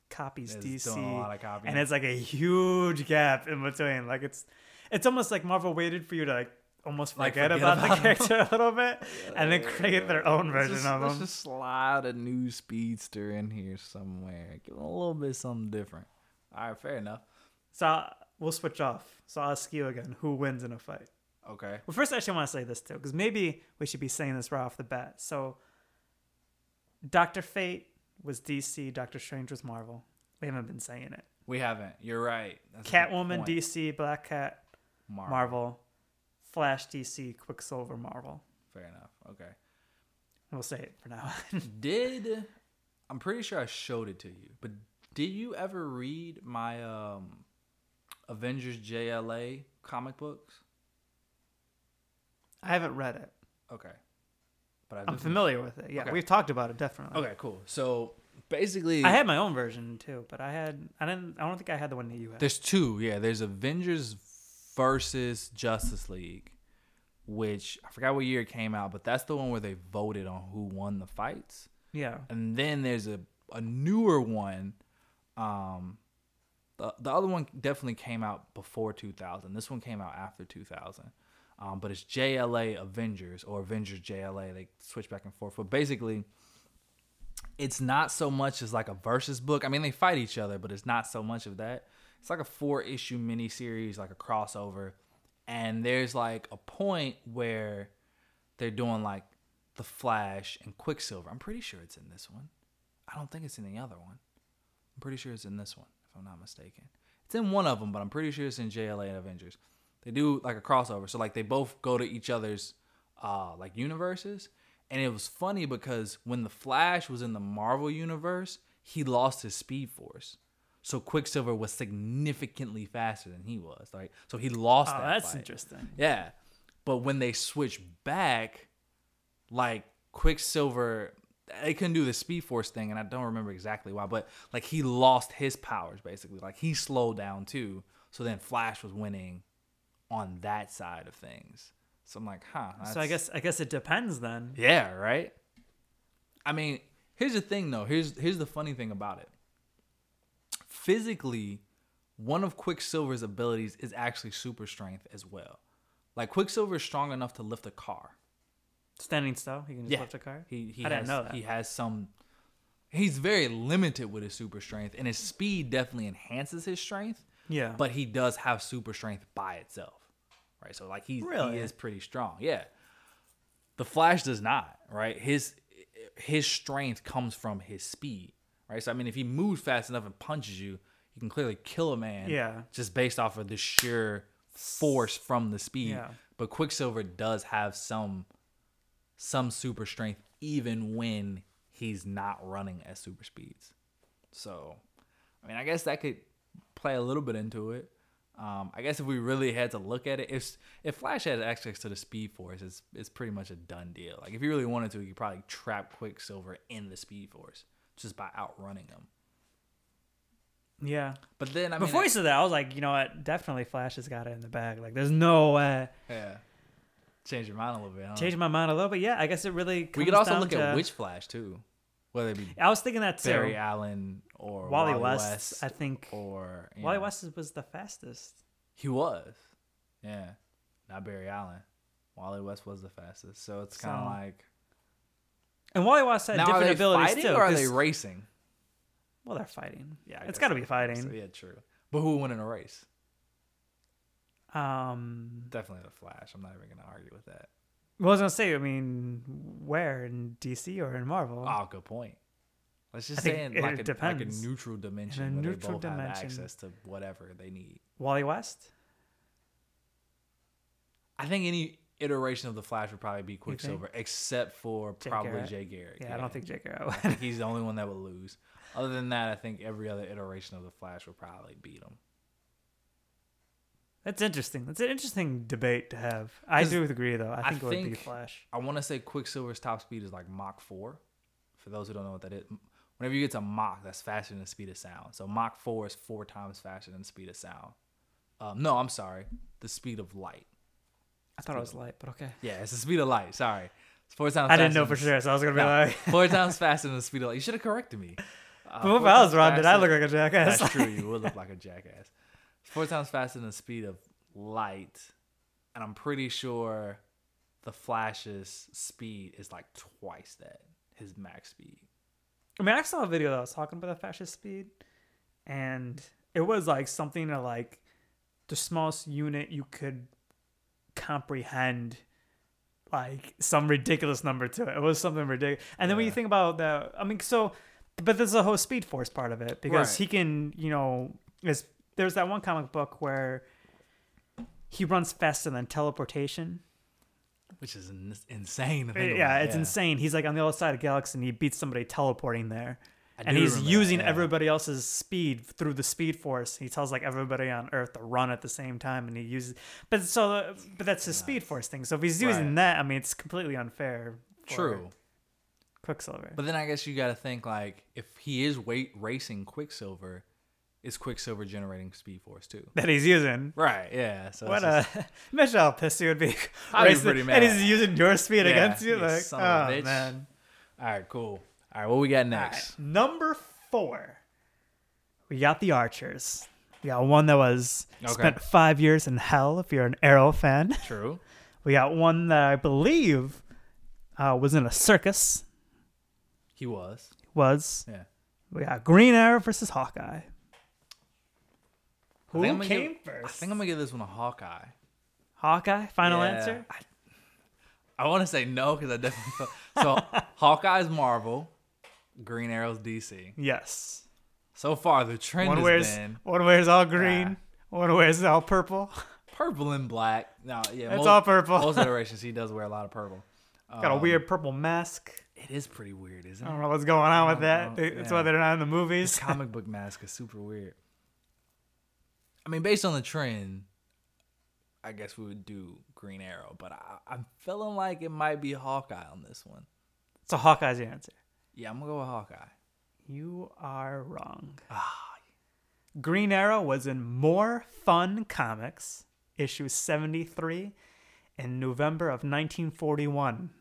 [SPEAKER 2] copies
[SPEAKER 1] It's
[SPEAKER 2] DC,
[SPEAKER 1] doing a lot of copying.
[SPEAKER 2] and it's like a huge gap in between. Like it's, it's almost like Marvel waited for you to like almost
[SPEAKER 1] Like,
[SPEAKER 2] forget,
[SPEAKER 1] forget
[SPEAKER 2] about,
[SPEAKER 1] about
[SPEAKER 2] the
[SPEAKER 1] them.
[SPEAKER 2] character a little bit, and then create their own
[SPEAKER 1] Let's
[SPEAKER 2] version
[SPEAKER 1] just-
[SPEAKER 2] of
[SPEAKER 1] Let's
[SPEAKER 2] them.
[SPEAKER 1] just slide a new speedster in here somewhere. Give them a little bit something different. All right, fair enough.
[SPEAKER 2] So we'll switch off. So I'll ask you again: Who wins in a fight?
[SPEAKER 1] Okay.
[SPEAKER 2] Well, first, I actually want to say this too, because maybe we should be saying this right off the bat. So, Doctor Fate was DC, Doctor Strange was Marvel. We haven't been saying it.
[SPEAKER 1] We haven't. You're right. That's a good
[SPEAKER 2] Catwoman,
[SPEAKER 1] point.
[SPEAKER 2] DC, Black Cat,
[SPEAKER 1] Marvel.
[SPEAKER 2] Marvel, Flash, DC, Quicksilver, Marvel.
[SPEAKER 1] Fair enough. Okay.
[SPEAKER 2] We'll say it for now.
[SPEAKER 1] Did I'm pretty sure I showed it to you, but did you ever read my um Avengers JLA comic books?
[SPEAKER 2] I haven't read it.
[SPEAKER 1] Okay. But I've
[SPEAKER 2] I'm familiar with it. Yeah,
[SPEAKER 1] Okay.
[SPEAKER 2] we've talked about it definitely.
[SPEAKER 1] Okay, cool. So basically
[SPEAKER 2] I had my own version too, but I had I didn't I don't think I had the one that you had.
[SPEAKER 1] There's two, yeah. There's Avengers versus Justice League, which I forgot what year it came out, but that's the one where they voted on who won the fights.
[SPEAKER 2] yeah.
[SPEAKER 1] And then there's a, a newer one. Um, the, the other one definitely came out before 2000. This one came out after 2000. Um, but it's JLA Avengers or Avengers JLA. They switch back and forth. But basically, it's not so much as like a versus book. I mean, they fight each other, but it's not so much of that. It's like a four issue miniseries, like a crossover. And there's like a point where they're doing like The Flash and Quicksilver. I'm pretty sure it's in this one. I don't think it's in the other one. I'm pretty sure it's in this one, if I'm not mistaken. It's in one of them, but I'm pretty sure it's in JLA and Avengers. They do like a crossover, so like they both go to each other's uh, like universes, and it was funny because when the Flash was in the Marvel universe, he lost his Speed Force, so Quicksilver was significantly faster than he was. Like, so he lost.
[SPEAKER 2] Oh,
[SPEAKER 1] that
[SPEAKER 2] that's
[SPEAKER 1] fight.
[SPEAKER 2] interesting.
[SPEAKER 1] Yeah. But when they switch back, like Quicksilver, they couldn't do the Speed Force thing, and I don't remember exactly why, but like he lost his powers basically. Like he slowed down too. So then Flash was winning on that side of things. So I'm like, huh.
[SPEAKER 2] So I
[SPEAKER 1] that's-
[SPEAKER 2] guess I guess it depends then.
[SPEAKER 1] yeah, right. I mean, here's the thing though. Here's here's the funny thing about it. Physically, one of Quicksilver's abilities is actually super strength as well. Like Quicksilver is strong enough to lift a car.
[SPEAKER 2] Standing still, you can just lift a car.
[SPEAKER 1] He he
[SPEAKER 2] I
[SPEAKER 1] has,
[SPEAKER 2] didn't know that.
[SPEAKER 1] He has some. He's very limited with his super strength, and his speed definitely enhances his strength.
[SPEAKER 2] Yeah.
[SPEAKER 1] But he does have super strength by itself, right? So like he's
[SPEAKER 2] Really?
[SPEAKER 1] he is pretty strong. Yeah. The Flash does not, right? His his strength comes from his speed, right? So I mean, if he moves fast enough and punches you, you can clearly kill a man.
[SPEAKER 2] Yeah.
[SPEAKER 1] Just based off of the sheer force from the speed.
[SPEAKER 2] Yeah.
[SPEAKER 1] But Quicksilver does have some some super strength even when he's not running at super speeds. So, I mean, I guess that could play a little bit into it. Um, I guess if we really had to look at it, if if Flash had access to the Speed Force, it's it's pretty much a done deal. Like if you really wanted to, you could probably trap Quicksilver in the Speed Force just by outrunning him.
[SPEAKER 2] yeah.
[SPEAKER 1] But then I mean,
[SPEAKER 2] Before you said that, I was like, you know what? Definitely Flash has got it in the bag. Like, there's no way.
[SPEAKER 1] yeah, change your mind a little bit. Huh?
[SPEAKER 2] Changed my mind a little bit. Yeah, I guess it really. Comes
[SPEAKER 1] we could also
[SPEAKER 2] down
[SPEAKER 1] look
[SPEAKER 2] to-
[SPEAKER 1] at Witch Flash too, whether it be
[SPEAKER 2] I was thinking that too.
[SPEAKER 1] Barry Allen or
[SPEAKER 2] Wally,
[SPEAKER 1] Wally
[SPEAKER 2] West,
[SPEAKER 1] West, Oh,
[SPEAKER 2] I think.
[SPEAKER 1] or you
[SPEAKER 2] Wally
[SPEAKER 1] know.
[SPEAKER 2] West was the fastest.
[SPEAKER 1] He was. Yeah. Not Barry Allen. Wally West was the fastest. So it's kind of
[SPEAKER 2] So-
[SPEAKER 1] like
[SPEAKER 2] And Wally West had
[SPEAKER 1] now are
[SPEAKER 2] different
[SPEAKER 1] they
[SPEAKER 2] abilities
[SPEAKER 1] fighting
[SPEAKER 2] too.
[SPEAKER 1] or are they
[SPEAKER 2] 'cause-
[SPEAKER 1] racing?
[SPEAKER 2] well, they're fighting.
[SPEAKER 1] Yeah, I guess
[SPEAKER 2] it's got to
[SPEAKER 1] so.
[SPEAKER 2] be fighting.
[SPEAKER 1] So yeah, true. But who would win in a race?
[SPEAKER 2] Um,
[SPEAKER 1] Definitely the Flash. I'm not even gonna argue with that.
[SPEAKER 2] well, I was gonna say. I mean, where in DC or in Marvel?
[SPEAKER 1] Oh, good point. Let's just
[SPEAKER 2] I
[SPEAKER 1] say
[SPEAKER 2] think
[SPEAKER 1] in like
[SPEAKER 2] it
[SPEAKER 1] a, like a
[SPEAKER 2] depends.
[SPEAKER 1] neutral dimension where
[SPEAKER 2] neutral
[SPEAKER 1] they both have
[SPEAKER 2] dimension.
[SPEAKER 1] access to whatever they need.
[SPEAKER 2] Wally West.
[SPEAKER 1] I think any iteration of the Flash would probably be Quicksilver, except for
[SPEAKER 2] Jay
[SPEAKER 1] probably
[SPEAKER 2] Garrick?
[SPEAKER 1] Jay Garrick.
[SPEAKER 2] Yeah, I don't think Jake Arrow.
[SPEAKER 1] I think he's the only one that would lose. Other than that, I think every other iteration of the Flash would probably beat him.
[SPEAKER 2] That's interesting. That's an interesting debate to have. I
[SPEAKER 1] 'Cause
[SPEAKER 2] do agree, though. I
[SPEAKER 1] I
[SPEAKER 2] think it would be
[SPEAKER 1] think-
[SPEAKER 2] Flash.
[SPEAKER 1] I want to say Quicksilver's top speed is like Mach 4. For those who don't know what that is, m- whenever you get to Mach, that's faster than the speed of sound. So Mach 4 is four times faster than the speed of sound. Um, no, I'm sorry. The speed of light.
[SPEAKER 2] I thought it was light, but okay.
[SPEAKER 1] Yeah, it's the speed of light. Sorry. It's four times
[SPEAKER 2] I didn't
[SPEAKER 1] faster
[SPEAKER 2] know for
[SPEAKER 1] than-
[SPEAKER 2] sure, so I was gonna be
[SPEAKER 1] No,
[SPEAKER 2] like,
[SPEAKER 1] four times faster than the speed of light. You should have corrected me. Uh,
[SPEAKER 2] but if
[SPEAKER 1] four
[SPEAKER 2] I was
[SPEAKER 1] times
[SPEAKER 2] wrong, did I
[SPEAKER 1] faster-
[SPEAKER 2] look like a jackass?
[SPEAKER 1] That's true. You would look like a jackass. Four times faster than the speed of light, and I'm pretty sure the Flash's speed is like twice that his max speed.
[SPEAKER 2] I mean, I saw a video that was talking about the fascist speed, and it was like something to like the smallest unit you could comprehend, like some ridiculous number to it. It was something ridiculous. And then when you
[SPEAKER 1] Yeah.
[SPEAKER 2] think about that, I mean, so, but there's a whole speed force part of it because
[SPEAKER 1] Right.
[SPEAKER 2] he can, you know, is there's that one comic book where he runs faster than teleportation.
[SPEAKER 1] Which is in- insane. to think
[SPEAKER 2] Yeah,
[SPEAKER 1] about.
[SPEAKER 2] it's insane. He's like on the other side of the galaxy and he beats somebody teleporting there.
[SPEAKER 1] I
[SPEAKER 2] and
[SPEAKER 1] do
[SPEAKER 2] he's
[SPEAKER 1] remember that,
[SPEAKER 2] using
[SPEAKER 1] yeah.
[SPEAKER 2] everybody else's speed through the speed force. He tells like everybody on Earth to run at the same time and he uses but so but that's his speed force thing. So if he's using
[SPEAKER 1] Right.
[SPEAKER 2] that, I mean it's completely unfair. for
[SPEAKER 1] True,
[SPEAKER 2] Quicksilver.
[SPEAKER 1] but then I guess you got to think like if he is weight racing Quicksilver, is Quicksilver generating Speed Force too?
[SPEAKER 2] that he's using.
[SPEAKER 1] Right. Yeah. So
[SPEAKER 2] What
[SPEAKER 1] it's just-
[SPEAKER 2] a imagine how pissed you would be.
[SPEAKER 1] I'd be
[SPEAKER 2] racing-
[SPEAKER 1] pretty
[SPEAKER 2] And
[SPEAKER 1] mad.
[SPEAKER 2] he's using your speed
[SPEAKER 1] Yeah,
[SPEAKER 2] against
[SPEAKER 1] you
[SPEAKER 2] you. Like,
[SPEAKER 1] son of a
[SPEAKER 2] oh
[SPEAKER 1] bitch.
[SPEAKER 2] man.
[SPEAKER 1] All right. Cool. All right. What we got
[SPEAKER 2] All right,
[SPEAKER 1] next?
[SPEAKER 2] Number four. We got the Archers. We got one that was
[SPEAKER 1] Okay.
[SPEAKER 2] spent five years in hell if you're an Arrow fan.
[SPEAKER 1] True.
[SPEAKER 2] We got one that I believe uh, was in a circus.
[SPEAKER 1] He was.
[SPEAKER 2] Was
[SPEAKER 1] Yeah.
[SPEAKER 2] we got Green Arrow versus Hawkeye?
[SPEAKER 1] I think I'm
[SPEAKER 2] Who
[SPEAKER 1] gonna
[SPEAKER 2] came
[SPEAKER 1] give-
[SPEAKER 2] first?
[SPEAKER 1] I think I'm gonna give this one a Hawkeye.
[SPEAKER 2] Hawkeye. Final
[SPEAKER 1] Yeah.
[SPEAKER 2] answer.
[SPEAKER 1] I, I want to say no because I definitely felt, so Hawkeye's Marvel, Green Arrow's DC.
[SPEAKER 2] Yes.
[SPEAKER 1] So far, the trend
[SPEAKER 2] One
[SPEAKER 1] has
[SPEAKER 2] wears
[SPEAKER 1] been
[SPEAKER 2] one wears all green. One wears all purple.
[SPEAKER 1] purple and black. No, yeah,
[SPEAKER 2] It's
[SPEAKER 1] most,
[SPEAKER 2] all purple.
[SPEAKER 1] most iterations he does wear a lot of purple.
[SPEAKER 2] Got a
[SPEAKER 1] Um,
[SPEAKER 2] weird purple mask.
[SPEAKER 1] It is pretty weird, isn't
[SPEAKER 2] I
[SPEAKER 1] it?
[SPEAKER 2] don't know what's going on with
[SPEAKER 1] Oh,
[SPEAKER 2] that. They- That's
[SPEAKER 1] yeah.
[SPEAKER 2] why they're not in the movies.
[SPEAKER 1] Comic book mask is super weird. I mean, based on the trend, I guess we would do Green Arrow, but I, I'm feeling like it might be Hawkeye on this one.
[SPEAKER 2] So Hawkeye's your answer.
[SPEAKER 1] Yeah, I'm gonna go with Hawkeye.
[SPEAKER 2] You are wrong. Ah. Green Arrow was in More Fun Comics, issue 73, in November of 1941.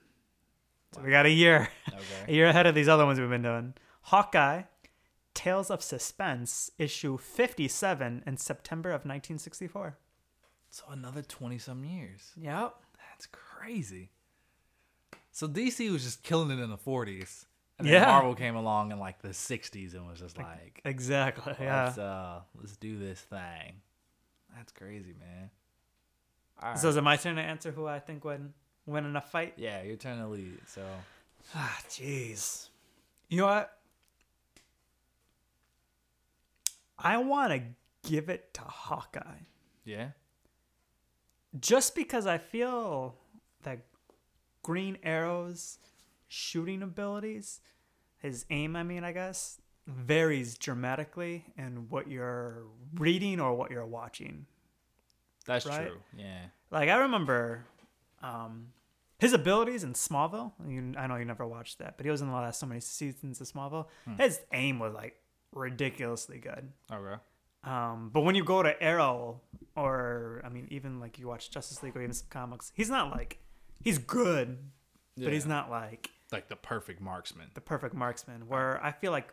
[SPEAKER 2] So we got a year, a
[SPEAKER 1] Okay.
[SPEAKER 2] year ahead of these other ones we've been doing. Hawkeye, Tales of Suspense, issue 57, in September of 1964.
[SPEAKER 1] So another 20 some years.
[SPEAKER 2] Yep.
[SPEAKER 1] That's crazy. So DC was just killing it in the 40s. And then
[SPEAKER 2] Yeah.
[SPEAKER 1] Marvel came along in like the 60s and was just like,
[SPEAKER 2] Exactly. Yeah.
[SPEAKER 1] let's, uh, let's do this thing. That's crazy, man. All right.
[SPEAKER 2] So is it my turn to answer who I think would win in a fight?
[SPEAKER 1] yeah, you're trying to lead. So
[SPEAKER 2] Ah, jeez. You know what? I want to give it to Hawkeye
[SPEAKER 1] yeah,
[SPEAKER 2] just because I feel that Green Arrow's shooting abilities, his aim, I mean, I guess, varies dramatically in what you're reading or what you're watching.
[SPEAKER 1] that's
[SPEAKER 2] Right?
[SPEAKER 1] true. Yeah.
[SPEAKER 2] Like I remember um, his abilities in Smallville. You, I know you never watched that, but he was in the last so many seasons of Smallville. His aim was like ridiculously good.
[SPEAKER 1] Okay.
[SPEAKER 2] Um, but when you go to Arrow, or I mean, even like you watch Justice League or even some comics, he's not like he's good, but he's
[SPEAKER 1] Yeah.
[SPEAKER 2] not like
[SPEAKER 1] Like the perfect marksman.
[SPEAKER 2] the perfect marksman. Where I feel like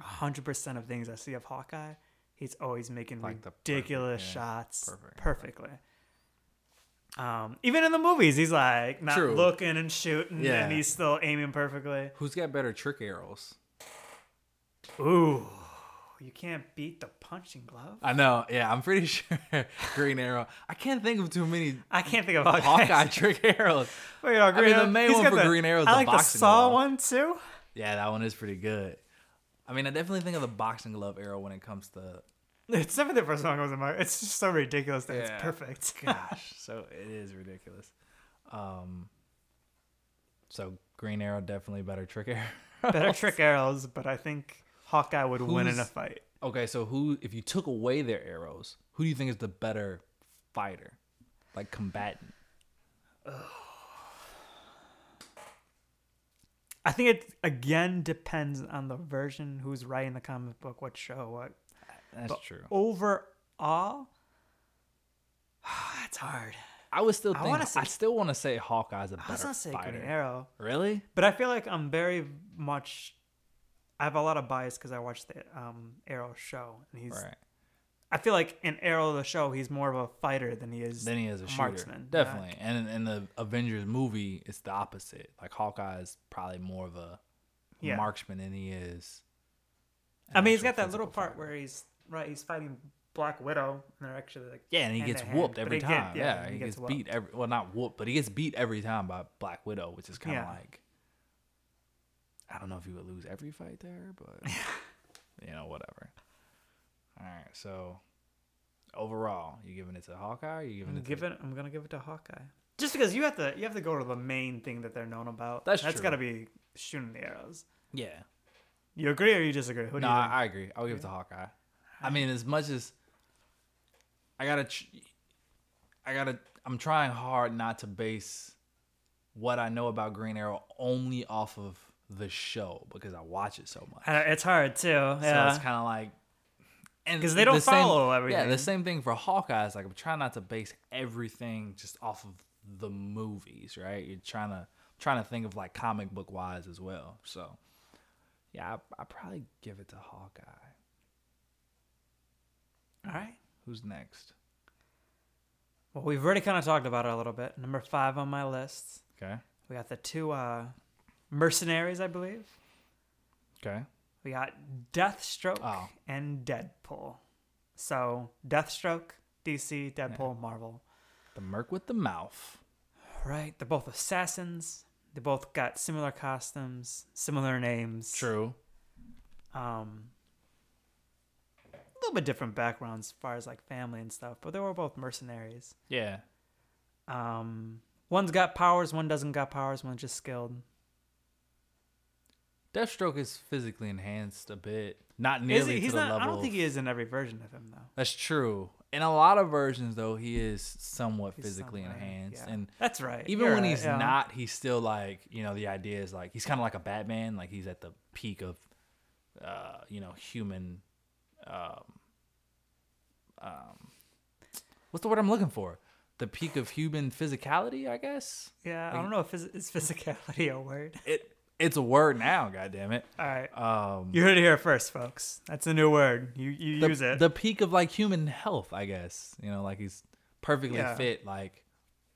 [SPEAKER 2] hundred percent of things I see of Hawkeye, he's always making
[SPEAKER 1] Like the perfect-
[SPEAKER 2] ridiculous
[SPEAKER 1] yeah,
[SPEAKER 2] shots
[SPEAKER 1] perfect, yeah.
[SPEAKER 2] perfectly. Um, even in the movies, he's like not
[SPEAKER 1] True.
[SPEAKER 2] looking and shooting,
[SPEAKER 1] Yeah.
[SPEAKER 2] and he's still aiming perfectly.
[SPEAKER 1] Who's got better trick arrows?
[SPEAKER 2] Ooh, you can't beat the punching glove.
[SPEAKER 1] I know. Yeah, I'm pretty sure Green Arrow. I can't think of too many
[SPEAKER 2] I can't think of
[SPEAKER 1] Hawkeye trick arrows.
[SPEAKER 2] Wait, no, Green
[SPEAKER 1] mean, the
[SPEAKER 2] Arrow-
[SPEAKER 1] main
[SPEAKER 2] he's
[SPEAKER 1] one
[SPEAKER 2] got
[SPEAKER 1] for
[SPEAKER 2] the-
[SPEAKER 1] Green Arrow is
[SPEAKER 2] I
[SPEAKER 1] the
[SPEAKER 2] like
[SPEAKER 1] boxing
[SPEAKER 2] Saw
[SPEAKER 1] glove.
[SPEAKER 2] one too.
[SPEAKER 1] Yeah, that one is pretty good. I mean, I definitely think of the boxing glove arrow when it comes to
[SPEAKER 2] It's never the first one that goes in my. It's just so ridiculous that
[SPEAKER 1] Yeah.
[SPEAKER 2] it's perfect.
[SPEAKER 1] gosh. so it is ridiculous. Um, so Green Arrow definitely better trick arrow.
[SPEAKER 2] Better trick arrows, but I think Hawkeye would win in a
[SPEAKER 1] Who's-
[SPEAKER 2] fight.
[SPEAKER 1] Okay, so who if you took away their arrows, who do you think is the better fighter, like combatant?
[SPEAKER 2] I think it again depends on the version, who's writing the comic book, what show, what.
[SPEAKER 1] That's
[SPEAKER 2] But
[SPEAKER 1] true.
[SPEAKER 2] Overall, it's hard.
[SPEAKER 1] I would still
[SPEAKER 2] I
[SPEAKER 1] think. I,
[SPEAKER 2] wanna say-
[SPEAKER 1] still want to say Hawkeye's a better
[SPEAKER 2] I was gonna say
[SPEAKER 1] fighter.
[SPEAKER 2] Green Arrow,
[SPEAKER 1] Really?
[SPEAKER 2] but I feel like I'm very much. I have a lot of bias because I watched the um, Arrow show, and he's.
[SPEAKER 1] Right.
[SPEAKER 2] I feel like in Arrow the show, he's more of a fighter than he is.
[SPEAKER 1] Then he is a
[SPEAKER 2] a
[SPEAKER 1] shooter.
[SPEAKER 2] marksman, yeah.
[SPEAKER 1] Definitely. And in, in the Avengers movie, it's the opposite. Like Hawkeye is probably more of a
[SPEAKER 2] Yeah.
[SPEAKER 1] marksman than he is. an
[SPEAKER 2] I mean, he's
[SPEAKER 1] actual
[SPEAKER 2] got that
[SPEAKER 1] physical
[SPEAKER 2] little part
[SPEAKER 1] fighter.
[SPEAKER 2] where he's right. He's fighting Black Widow, and they're actually like
[SPEAKER 1] Yeah, and he
[SPEAKER 2] hand
[SPEAKER 1] gets
[SPEAKER 2] to hand,
[SPEAKER 1] whooped
[SPEAKER 2] but
[SPEAKER 1] every
[SPEAKER 2] he
[SPEAKER 1] time.
[SPEAKER 2] get-
[SPEAKER 1] yeah,
[SPEAKER 2] and
[SPEAKER 1] he, gets, beat every well, not whooped, but he gets beat every time by Black Widow, which is kind of
[SPEAKER 2] Yeah.
[SPEAKER 1] like I don't know if he would lose every fight there, but you know, whatever. All right, so overall, you giving it to Hawkeye? Or you giving
[SPEAKER 2] I'm
[SPEAKER 1] it to
[SPEAKER 2] giving. I'm gonna give it to Hawkeye. Just because you have to, you have to go to the main thing that they're known about.
[SPEAKER 1] That's
[SPEAKER 2] that's
[SPEAKER 1] true.
[SPEAKER 2] gotta be shooting the arrows.
[SPEAKER 1] yeah?
[SPEAKER 2] You agree or you disagree? Who
[SPEAKER 1] No,
[SPEAKER 2] do you
[SPEAKER 1] I,
[SPEAKER 2] think?
[SPEAKER 1] I agree. I'll give it to Hawkeye. I mean, as much as I gotta, tr- I gotta, I'm trying hard not to base what I know about Green Arrow only off of the show because I watch it so much.
[SPEAKER 2] Uh, it's hard too.
[SPEAKER 1] So
[SPEAKER 2] Yeah,
[SPEAKER 1] it's kind of like, and
[SPEAKER 2] 'Cause they don't
[SPEAKER 1] the same-
[SPEAKER 2] follow
[SPEAKER 1] Yeah, the
[SPEAKER 2] everything.
[SPEAKER 1] same thing for Hawkeye. Is like I'm trying not to base everything just off of the movies, right? You're trying to trying to think of like comic book wise as well. So yeah, I I probably give it to Hawkeye.
[SPEAKER 2] all right.
[SPEAKER 1] Who's next?
[SPEAKER 2] Well, we've already kind of talked about it a little bit. Number five on my list,
[SPEAKER 1] Okay.
[SPEAKER 2] we got the two uh, mercenaries, I believe.
[SPEAKER 1] Okay.
[SPEAKER 2] We got Deathstroke
[SPEAKER 1] Oh.
[SPEAKER 2] and Deadpool. So Deathstroke, DC, Deadpool, Marvel.
[SPEAKER 1] The Merc with the mouth.
[SPEAKER 2] Right. They're both assassins. They both got similar costumes, similar names.
[SPEAKER 1] True.
[SPEAKER 2] Um, a little bit different backgrounds as far as like family and stuff, but they were both mercenaries.
[SPEAKER 1] Yeah.
[SPEAKER 2] Um, one's got powers, one doesn't got powers, one's just skilled.
[SPEAKER 1] Deathstroke is physically enhanced a bit. Not
[SPEAKER 2] Is
[SPEAKER 1] nearly
[SPEAKER 2] he, he's
[SPEAKER 1] to the
[SPEAKER 2] not.
[SPEAKER 1] level.
[SPEAKER 2] I don't
[SPEAKER 1] of-
[SPEAKER 2] think he is in every version of him though.
[SPEAKER 1] That's true. In a lot of versions, though, he is somewhat
[SPEAKER 2] He's
[SPEAKER 1] physically
[SPEAKER 2] somewhere,
[SPEAKER 1] enhanced,
[SPEAKER 2] yeah.
[SPEAKER 1] and
[SPEAKER 2] That's right.
[SPEAKER 1] even
[SPEAKER 2] You're
[SPEAKER 1] when
[SPEAKER 2] right,
[SPEAKER 1] he's
[SPEAKER 2] yeah.
[SPEAKER 1] not, he's still like you know the idea is like he's kind of like a Batman, like he's at the peak of uh, you know human. Um, um, what's the word I'm looking for? The peak of human physicality, I guess.
[SPEAKER 2] Yeah, I don't know if phys- is physicality a word.
[SPEAKER 1] It it's a word now, goddamn it.
[SPEAKER 2] All right.
[SPEAKER 1] Um,
[SPEAKER 2] You heard it here first, folks. That's a new word. You you
[SPEAKER 1] the,
[SPEAKER 2] use it.
[SPEAKER 1] the peak of like human health, I guess. You know, like he's perfectly
[SPEAKER 2] Yeah.
[SPEAKER 1] fit, like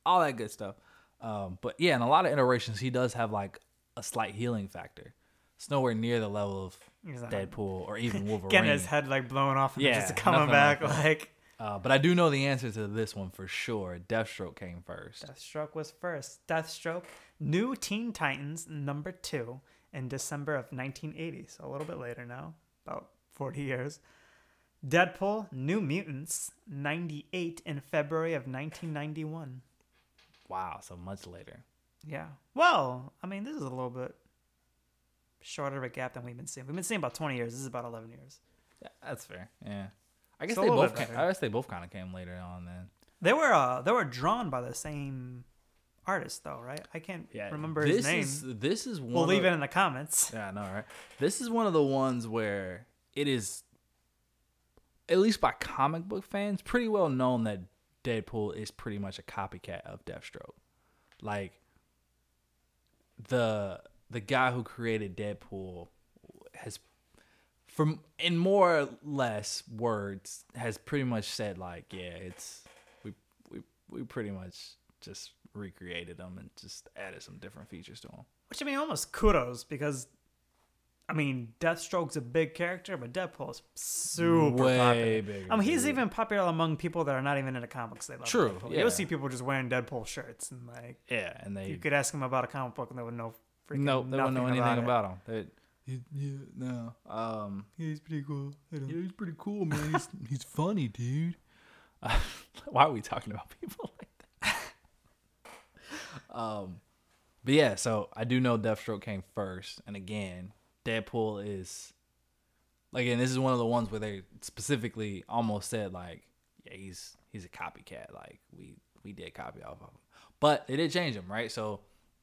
[SPEAKER 1] all that good stuff. Um, but yeah, in a lot of iterations, he does have like a slight healing factor. It's nowhere near the level of
[SPEAKER 2] He's not-
[SPEAKER 1] Deadpool or even
[SPEAKER 2] Getting
[SPEAKER 1] Wolverine.
[SPEAKER 2] his head like blown off and then
[SPEAKER 1] Yeah,
[SPEAKER 2] just coming
[SPEAKER 1] nothing like
[SPEAKER 2] back
[SPEAKER 1] that.
[SPEAKER 2] like
[SPEAKER 1] uh, but I do know the answer to this one for sure. Deathstroke came first.
[SPEAKER 2] Deathstroke was first. Deathstroke, new Teen Titans number two in December of 1980, so a little bit later now, about 40 years. Deadpool, New Mutants, 98 in February of 1991.
[SPEAKER 1] Wow, so much later.
[SPEAKER 2] Yeah. Well, I mean, this is a little bit shorter of a gap than we've been seeing. We've been seeing about 20 years. This is about 11 years.
[SPEAKER 1] Yeah, that's fair. Yeah, I guess
[SPEAKER 2] So a
[SPEAKER 1] they
[SPEAKER 2] little
[SPEAKER 1] both.
[SPEAKER 2] bit
[SPEAKER 1] Came,
[SPEAKER 2] better.
[SPEAKER 1] I guess they both kind of came later on then.
[SPEAKER 2] They were uh, they were drawn by the same artist though, right? I can't
[SPEAKER 1] Yeah,
[SPEAKER 2] remember
[SPEAKER 1] this
[SPEAKER 2] his name.
[SPEAKER 1] Is, this is one.
[SPEAKER 2] we'll leave
[SPEAKER 1] of-
[SPEAKER 2] it in the comments.
[SPEAKER 1] Yeah, I know, right? This is one of the ones where it is, at least by comic book fans, pretty well known that Deadpool is pretty much a copycat of Deathstroke. Like the the guy who created Deadpool has from in more or less words has pretty much said like yeah it's we we we pretty much just recreated them and just added some different features to them
[SPEAKER 2] Which I mean, almost kudos because, I mean, Deathstroke's a big character, but Deadpool's super
[SPEAKER 1] Way
[SPEAKER 2] popular.
[SPEAKER 1] bigger
[SPEAKER 2] I mean,
[SPEAKER 1] than
[SPEAKER 2] he's
[SPEAKER 1] Deadpool.
[SPEAKER 2] even popular among people that are not even into comics. They love
[SPEAKER 1] True,
[SPEAKER 2] Deadpool.
[SPEAKER 1] yeah.
[SPEAKER 2] You'll see people just wearing Deadpool shirts and like
[SPEAKER 1] yeah and they
[SPEAKER 2] you could ask them about a comic book and they would know freaking
[SPEAKER 1] no they don't
[SPEAKER 2] nothing
[SPEAKER 1] know anything
[SPEAKER 2] it.
[SPEAKER 1] about, them they, yeah, no um
[SPEAKER 3] Yeah, he's pretty cool. I don't-
[SPEAKER 1] yeah, he's pretty cool
[SPEAKER 3] man. He's, he's funny, dude.
[SPEAKER 1] why are we talking about people like that? um, but yeah, so I do know Deathstroke came first, and again, Deadpool is like, and this is one of the ones where they specifically almost said like, yeah, he's he's a copycat. Like we we did copy off of him, but they did change him, right? So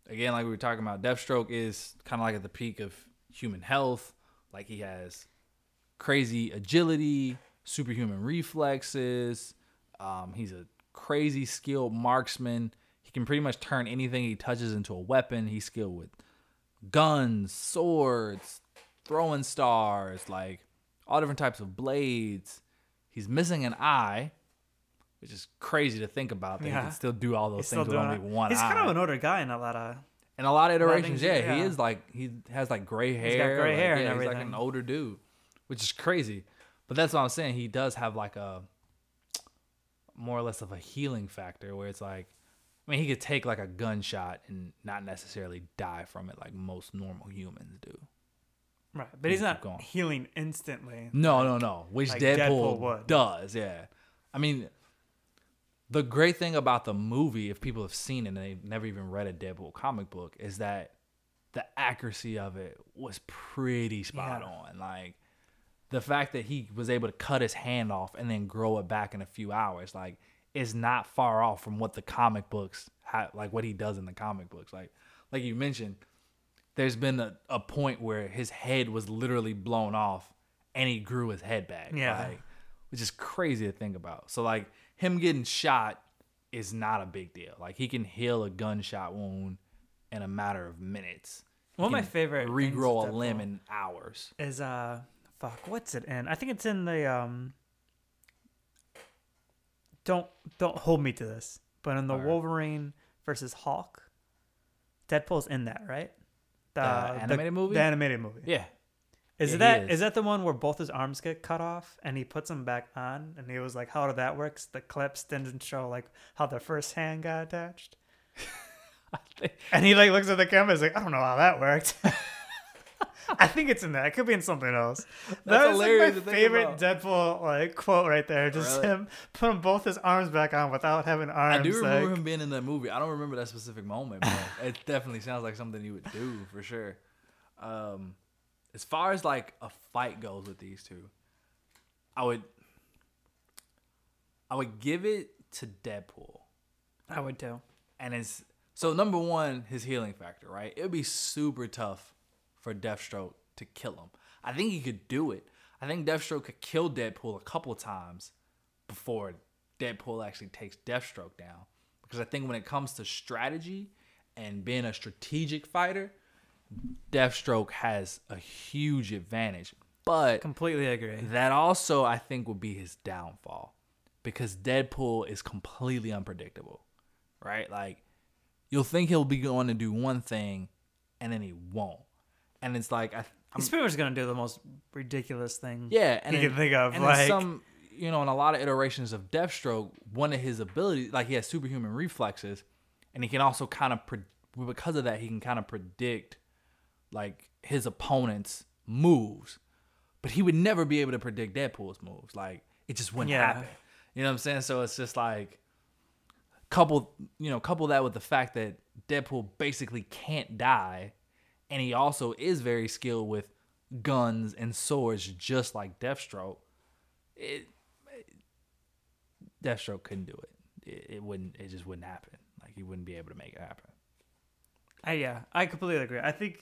[SPEAKER 1] again, like we were talking about, Deathstroke is kind of like at the peak of human health. Like he has crazy agility, superhuman reflexes. Um, he's a crazy skilled marksman. He can pretty much turn anything he touches into a weapon. He's skilled with guns, swords, throwing stars, like all different types of blades. He's missing an eye, which is crazy to think about that
[SPEAKER 2] Yeah.
[SPEAKER 1] he can still do all those
[SPEAKER 2] He's still
[SPEAKER 1] things with
[SPEAKER 2] doing
[SPEAKER 1] only
[SPEAKER 2] it.
[SPEAKER 1] one
[SPEAKER 2] He's
[SPEAKER 1] eye.
[SPEAKER 2] kind of an older guy in a lot of.
[SPEAKER 1] And a lot of
[SPEAKER 2] Well, I
[SPEAKER 1] iterations,
[SPEAKER 2] think
[SPEAKER 1] yeah,
[SPEAKER 2] he-
[SPEAKER 1] he
[SPEAKER 2] yeah.
[SPEAKER 1] is like he has like gray hair,
[SPEAKER 2] got gray
[SPEAKER 1] like,
[SPEAKER 2] hair and
[SPEAKER 1] yeah, He's like an
[SPEAKER 2] everything.
[SPEAKER 1] older dude, which is crazy. But that's what I'm saying. He does have like a more or less of a healing factor where it's like, I mean, he could take like a gunshot and not necessarily die from it like most normal humans do.
[SPEAKER 2] Right, but he's
[SPEAKER 1] Keep
[SPEAKER 2] not
[SPEAKER 1] going.
[SPEAKER 2] healing instantly.
[SPEAKER 1] No, no, no. Which
[SPEAKER 2] like
[SPEAKER 1] Deadpool,
[SPEAKER 2] Deadpool would.
[SPEAKER 1] does, yeah. I mean, the great thing about the movie, if people have seen it and they've never even read a Deadpool comic book, is that the accuracy of it was pretty spot
[SPEAKER 2] Yeah.
[SPEAKER 1] on. Like the fact that he was able to cut his hand off and then grow it back in a few hours, like, is not far off from what the comic books ha- like what he does in the comic books. Like, like you mentioned, there's been a, a point where his head was literally blown off and he grew his head back.
[SPEAKER 2] Yeah.
[SPEAKER 1] Like, which is crazy to think about. So like him getting shot is not a big deal. Like he can heal a gunshot wound in a matter of minutes. He
[SPEAKER 2] One of my
[SPEAKER 1] can
[SPEAKER 2] favorite things
[SPEAKER 1] regrow a
[SPEAKER 2] with
[SPEAKER 1] limb
[SPEAKER 2] Deadpool.
[SPEAKER 1] in hours.
[SPEAKER 2] Is uh, fuck, what's it in? I think it's in the um. Don't don't hold me to this, but in the
[SPEAKER 1] Alright.
[SPEAKER 2] Wolverine versus Hawk, Deadpool's in that right? The,
[SPEAKER 1] animated movie?
[SPEAKER 2] The animated movie.
[SPEAKER 1] Yeah.
[SPEAKER 2] Is
[SPEAKER 1] Yeah,
[SPEAKER 2] that
[SPEAKER 1] he
[SPEAKER 2] is
[SPEAKER 1] is.
[SPEAKER 2] that the one where both his arms get cut off and he puts them back on? And he was like, "How did that work?" 'Cause The clips didn't show like how the first hand got attached. And he like looks at the camera. He's like, "I don't know how that worked." I think it's in that. It could be in something else. That
[SPEAKER 1] That's
[SPEAKER 2] was like,
[SPEAKER 1] hilarious to
[SPEAKER 2] my
[SPEAKER 1] think Oh,
[SPEAKER 2] favorite Deadpool like quote right there. Just
[SPEAKER 1] Really?
[SPEAKER 2] him putting both his arms back on without having arms.
[SPEAKER 1] I do remember
[SPEAKER 2] like-
[SPEAKER 1] him being in that movie. I don't remember that specific moment, but it definitely sounds like something he would do for sure. Um, as far as like a fight goes with these two, I would, I would give it to Deadpool,
[SPEAKER 2] I would too.
[SPEAKER 1] and it's so number one, his healing factor, right? It would be super tough for Deathstroke to kill him. I think he could do it. I think Deathstroke could kill Deadpool a couple times before Deadpool actually takes Deathstroke down. Because I think when it comes to strategy and being a strategic fighter, Deathstroke has a huge advantage. But
[SPEAKER 2] Completely agree.
[SPEAKER 1] that also, I think, would be his downfall because Deadpool is completely unpredictable, right? Like, you'll think he'll be going to do one thing and then he won't. And it's like, I, I'm,
[SPEAKER 2] He's pretty much gonna do the most ridiculous thing.
[SPEAKER 1] yeah, and
[SPEAKER 2] you
[SPEAKER 1] in-
[SPEAKER 2] can think of
[SPEAKER 1] and in
[SPEAKER 2] like
[SPEAKER 1] some, you know, in a lot of iterations of Deathstroke, one of his abilities, like he has superhuman reflexes, and he can also kind of, pre- because of that, he can kind of predict like his opponent's moves, but he would never be able to predict Deadpool's moves. Like it just wouldn't
[SPEAKER 2] Yeah.
[SPEAKER 1] happen. You know what I'm saying? So it's just like couple, you know, couple that with the fact that Deadpool basically can't die, and he also is very skilled with guns and swords, just like Deathstroke. It, Deathstroke couldn't do it. It, it wouldn't. It just wouldn't happen. Like he wouldn't be able to make it happen.
[SPEAKER 2] I, yeah, I completely agree. I think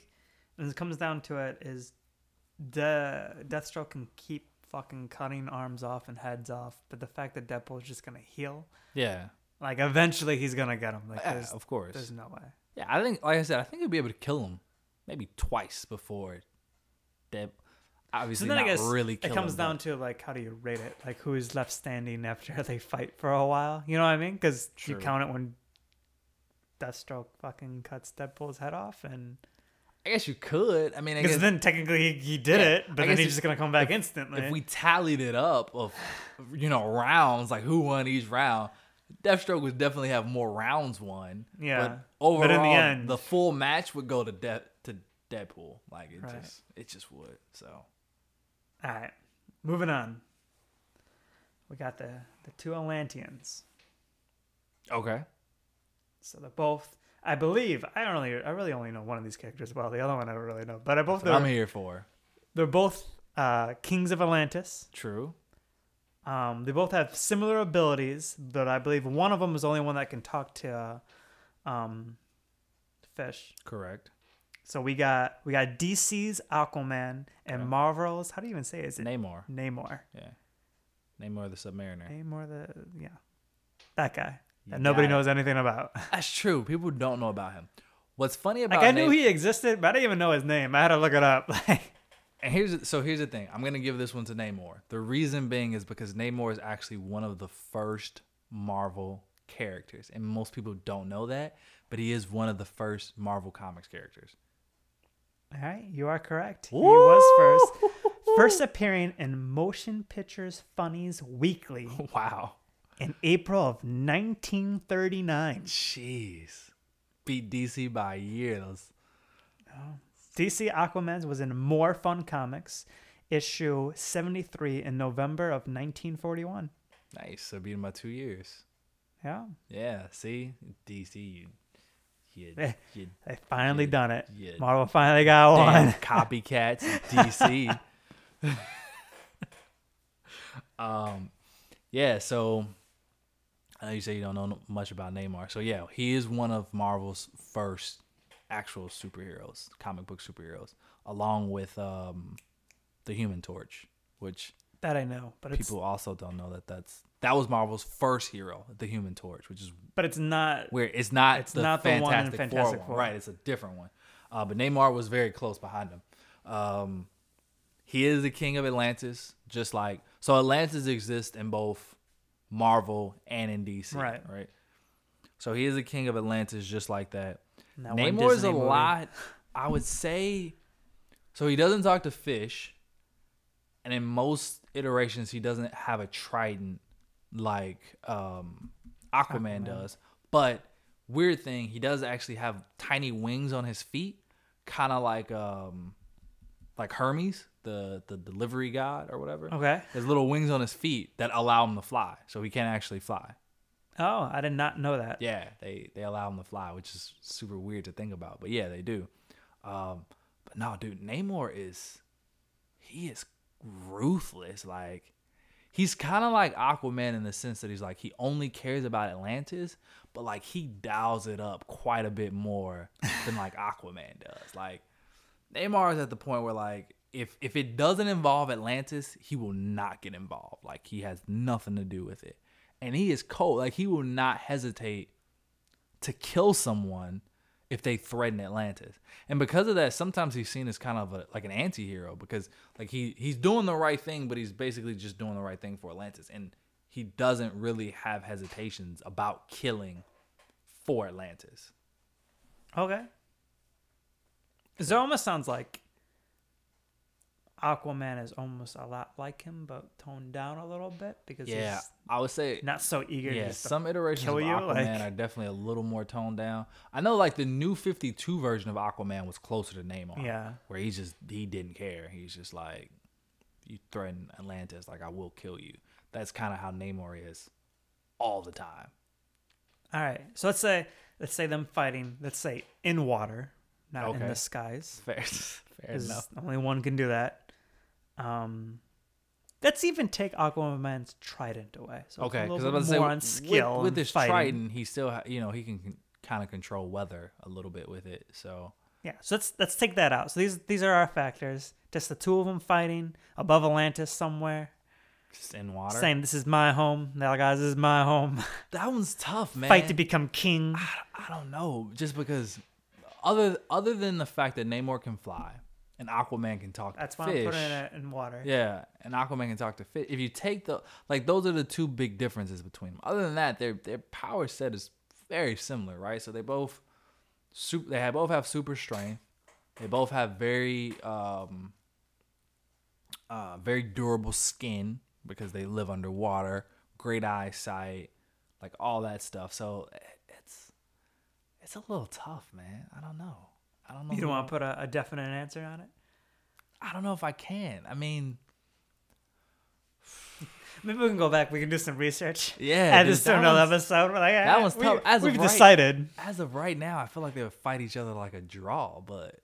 [SPEAKER 2] when it comes down to it, is the Deathstroke can keep fucking cutting arms off and heads off, but the fact that Deadpool's just gonna heal,
[SPEAKER 1] Yeah,
[SPEAKER 2] like eventually he's gonna get him. Like
[SPEAKER 1] yeah
[SPEAKER 2] there's,
[SPEAKER 1] of course.
[SPEAKER 2] there's no way.
[SPEAKER 1] Yeah, I think, like I said, I think he'll be able to kill him maybe twice before Dead.
[SPEAKER 2] So
[SPEAKER 1] obviously
[SPEAKER 2] then I
[SPEAKER 1] not
[SPEAKER 2] guess
[SPEAKER 1] really
[SPEAKER 2] it
[SPEAKER 1] killing
[SPEAKER 2] comes
[SPEAKER 1] them.
[SPEAKER 2] down to like how do you rate it? Like who is left standing after they fight for a while? You know what I mean? Because you
[SPEAKER 1] True.
[SPEAKER 2] count it when Deathstroke fucking cuts Deadpool's head off, and
[SPEAKER 1] I guess you could. I mean, I
[SPEAKER 2] because
[SPEAKER 1] guess
[SPEAKER 2] then technically he, he did
[SPEAKER 1] Yeah,
[SPEAKER 2] it,
[SPEAKER 1] I
[SPEAKER 2] but then
[SPEAKER 1] guess
[SPEAKER 2] he's
[SPEAKER 1] if-
[SPEAKER 2] just gonna come back instantly.
[SPEAKER 1] if we tallied it up of you know rounds, like who won each round, Deathstroke would definitely have more rounds won.
[SPEAKER 2] Yeah.
[SPEAKER 1] But overall,
[SPEAKER 2] But in the
[SPEAKER 1] the,
[SPEAKER 2] end-
[SPEAKER 1] full match would go to De- to Deadpool. Like it
[SPEAKER 2] Right.
[SPEAKER 1] just it just would. So
[SPEAKER 2] All right, moving on. We got the the two Atlanteans.
[SPEAKER 1] okay,
[SPEAKER 2] So they're both, I believe, I don't really, I really only know one of these characters well. The other one I don't really know, but I both
[SPEAKER 1] what I'm
[SPEAKER 2] they're,
[SPEAKER 1] here for.
[SPEAKER 2] they're both uh, kings of Atlantis.
[SPEAKER 1] True.
[SPEAKER 2] Um, they both have similar abilities, but I believe one of them is the only one that can talk to uh, um, fish.
[SPEAKER 1] Correct.
[SPEAKER 2] So we got we got DC's Aquaman and
[SPEAKER 1] Okay.
[SPEAKER 2] Marvel's. How do you even say it? Is it
[SPEAKER 1] Namor.
[SPEAKER 2] Namor?
[SPEAKER 1] Yeah. Namor the Submariner.
[SPEAKER 2] Namor the yeah, that guy
[SPEAKER 1] You
[SPEAKER 2] that nobody
[SPEAKER 1] got it.
[SPEAKER 2] knows anything about.
[SPEAKER 1] That's true. People don't know about him. What's funny about
[SPEAKER 2] Like I knew
[SPEAKER 1] Nam-
[SPEAKER 2] he existed, but I didn't even know his name. I had to look it up. Like
[SPEAKER 1] And here's so here's the thing. I'm gonna give this one to Namor. The reason being is because Namor is actually one of the first Marvel characters, and most people don't know that, but he is one of the first Marvel Comics characters.
[SPEAKER 2] All right, you are correct. He was first. First appearing in Motion Pictures Funnies Weekly
[SPEAKER 1] Wow.
[SPEAKER 2] in April of 1939.
[SPEAKER 1] Jeez. Beat DC by years.
[SPEAKER 2] DC Aquaman was in More Fun Comics, issue 73 in November of 1941.
[SPEAKER 1] Nice. So beat him by two years.
[SPEAKER 2] Yeah,
[SPEAKER 1] Yeah. See, DC, you, you,
[SPEAKER 2] Eh.
[SPEAKER 1] you
[SPEAKER 2] they finally
[SPEAKER 1] Yeah,
[SPEAKER 2] done it.
[SPEAKER 1] yeah.
[SPEAKER 2] Marvel finally got
[SPEAKER 1] damn
[SPEAKER 2] one.
[SPEAKER 1] copycats. DC. um, yeah. So I know you say you don't know much about Neymar. So yeah, he is one of Marvel's first actual superheroes, comic book superheroes, along with um, the Human Torch, which
[SPEAKER 2] That I know, but it's
[SPEAKER 1] people also don't know that that's that was Marvel's first hero, the Human Torch, which is
[SPEAKER 2] but it's not.
[SPEAKER 1] where it's not
[SPEAKER 2] It's
[SPEAKER 1] the
[SPEAKER 2] not the one in
[SPEAKER 1] Fantastic, Four,
[SPEAKER 2] Fantastic
[SPEAKER 1] one,
[SPEAKER 2] Four.
[SPEAKER 1] right? It's a different one. Uh, but Neymar was very close behind him. Um, he is the king of Atlantis, just like so. Atlantis exists in both Marvel and in DC,
[SPEAKER 2] Right.
[SPEAKER 1] Right. So he is the king of Atlantis, just like that.
[SPEAKER 2] That one
[SPEAKER 1] Namor is
[SPEAKER 2] Disney
[SPEAKER 1] a
[SPEAKER 2] movie.
[SPEAKER 1] lot. I would say. So he doesn't talk to fish, and in most iterations, he doesn't have a trident like um, Aquaman, does. But weird thing, he does actually have tiny wings on his feet, kind of like um, like Hermes, the the delivery god or whatever.
[SPEAKER 2] Okay.
[SPEAKER 1] His little wings on his feet that allow him to fly, so he can't actually fly.
[SPEAKER 2] Oh, I did not know that.
[SPEAKER 1] Yeah, they they allow him to fly, which is super weird to think about. But yeah, they do. Um, but no, dude, Namor is he is ruthless. Like he's kind of like Aquaman in the sense that he's like he only cares about Atlantis, but like he dials it up quite a bit more than like Aquaman does. Like Neymar is at the point where like if if it doesn't involve Atlantis, he will not get involved. Like he has nothing to do with it. And he is cold. Like he will not hesitate to kill someone if they threaten Atlantis. And because of that, sometimes he's seen as kind of a, like an anti-hero because like he he's doing the right thing, but he's basically just doing the right thing for Atlantis and he doesn't really have hesitations about killing for Atlantis.
[SPEAKER 2] Okay. So it almost sounds like Aquaman is almost a lot like him, but toned down a little bit because
[SPEAKER 1] Yeah,
[SPEAKER 2] he's
[SPEAKER 1] I would say
[SPEAKER 2] not so eager.
[SPEAKER 1] Yeah,
[SPEAKER 2] to just
[SPEAKER 1] some iterations
[SPEAKER 2] kill
[SPEAKER 1] of
[SPEAKER 2] you,
[SPEAKER 1] Aquaman
[SPEAKER 2] like-
[SPEAKER 1] are definitely a little more toned down. I know, like the new Fifty Two version of Aquaman was closer to Namor.
[SPEAKER 2] Yeah.
[SPEAKER 1] where he just he didn't care. He's just like, you threaten Atlantis, like I will kill you. That's kind of how Namor is, all the time.
[SPEAKER 2] All right. So let's say let's say them fighting. Let's say in water, not in
[SPEAKER 1] Okay.
[SPEAKER 2] the skies.
[SPEAKER 1] Fair, fair
[SPEAKER 2] 'cause
[SPEAKER 1] enough.
[SPEAKER 2] Only one can do that. Um, let's even take Aquaman's trident away. So
[SPEAKER 1] Okay, because
[SPEAKER 2] because
[SPEAKER 1] I was
[SPEAKER 2] more
[SPEAKER 1] about
[SPEAKER 2] on
[SPEAKER 1] to say with-
[SPEAKER 2] skill
[SPEAKER 1] with,
[SPEAKER 2] and
[SPEAKER 1] his
[SPEAKER 2] fighting.
[SPEAKER 1] Triton, he still ha- you know he can kind of control weather a little bit with it. So
[SPEAKER 2] Yeah. So let's let's take that out. So these these are our factors. Just the two of them fighting above Atlantis somewhere,
[SPEAKER 1] just in water.
[SPEAKER 2] saying this is my home. Now guys, this is my home.
[SPEAKER 1] That one's tough, man. Ah,
[SPEAKER 2] Fight to become king.
[SPEAKER 1] I don't know, just because other other than the fact that Namor can fly, and Aquaman can talk
[SPEAKER 2] That's
[SPEAKER 1] to
[SPEAKER 2] why
[SPEAKER 1] fish.
[SPEAKER 2] I'm putting it in water.
[SPEAKER 1] Yeah, and Aquaman can talk to fish. If you take the like, those are the two big differences between them. Other than that, their their power set is very similar, right? So they both super. They have, both have super strength. They both have very um, uh, very durable skin because they live underwater. Great eyesight, like all that stuff. So it- it's it's a little tough, man. I don't know. I don't know.
[SPEAKER 2] You don't
[SPEAKER 1] who-
[SPEAKER 2] want to put a, a definite answer on it.
[SPEAKER 1] I don't know if I can. I mean.
[SPEAKER 2] Maybe we can go back. We can do some research.
[SPEAKER 1] Yeah,
[SPEAKER 2] Add
[SPEAKER 1] dude,
[SPEAKER 2] this to
[SPEAKER 1] that
[SPEAKER 2] another
[SPEAKER 1] one's-
[SPEAKER 2] episode. We're like,
[SPEAKER 1] that
[SPEAKER 2] eh,
[SPEAKER 1] one's
[SPEAKER 2] we,
[SPEAKER 1] tough. As of
[SPEAKER 2] we've
[SPEAKER 1] right-
[SPEAKER 2] decided.
[SPEAKER 1] as of right now, I feel like they would fight each other like a draw, but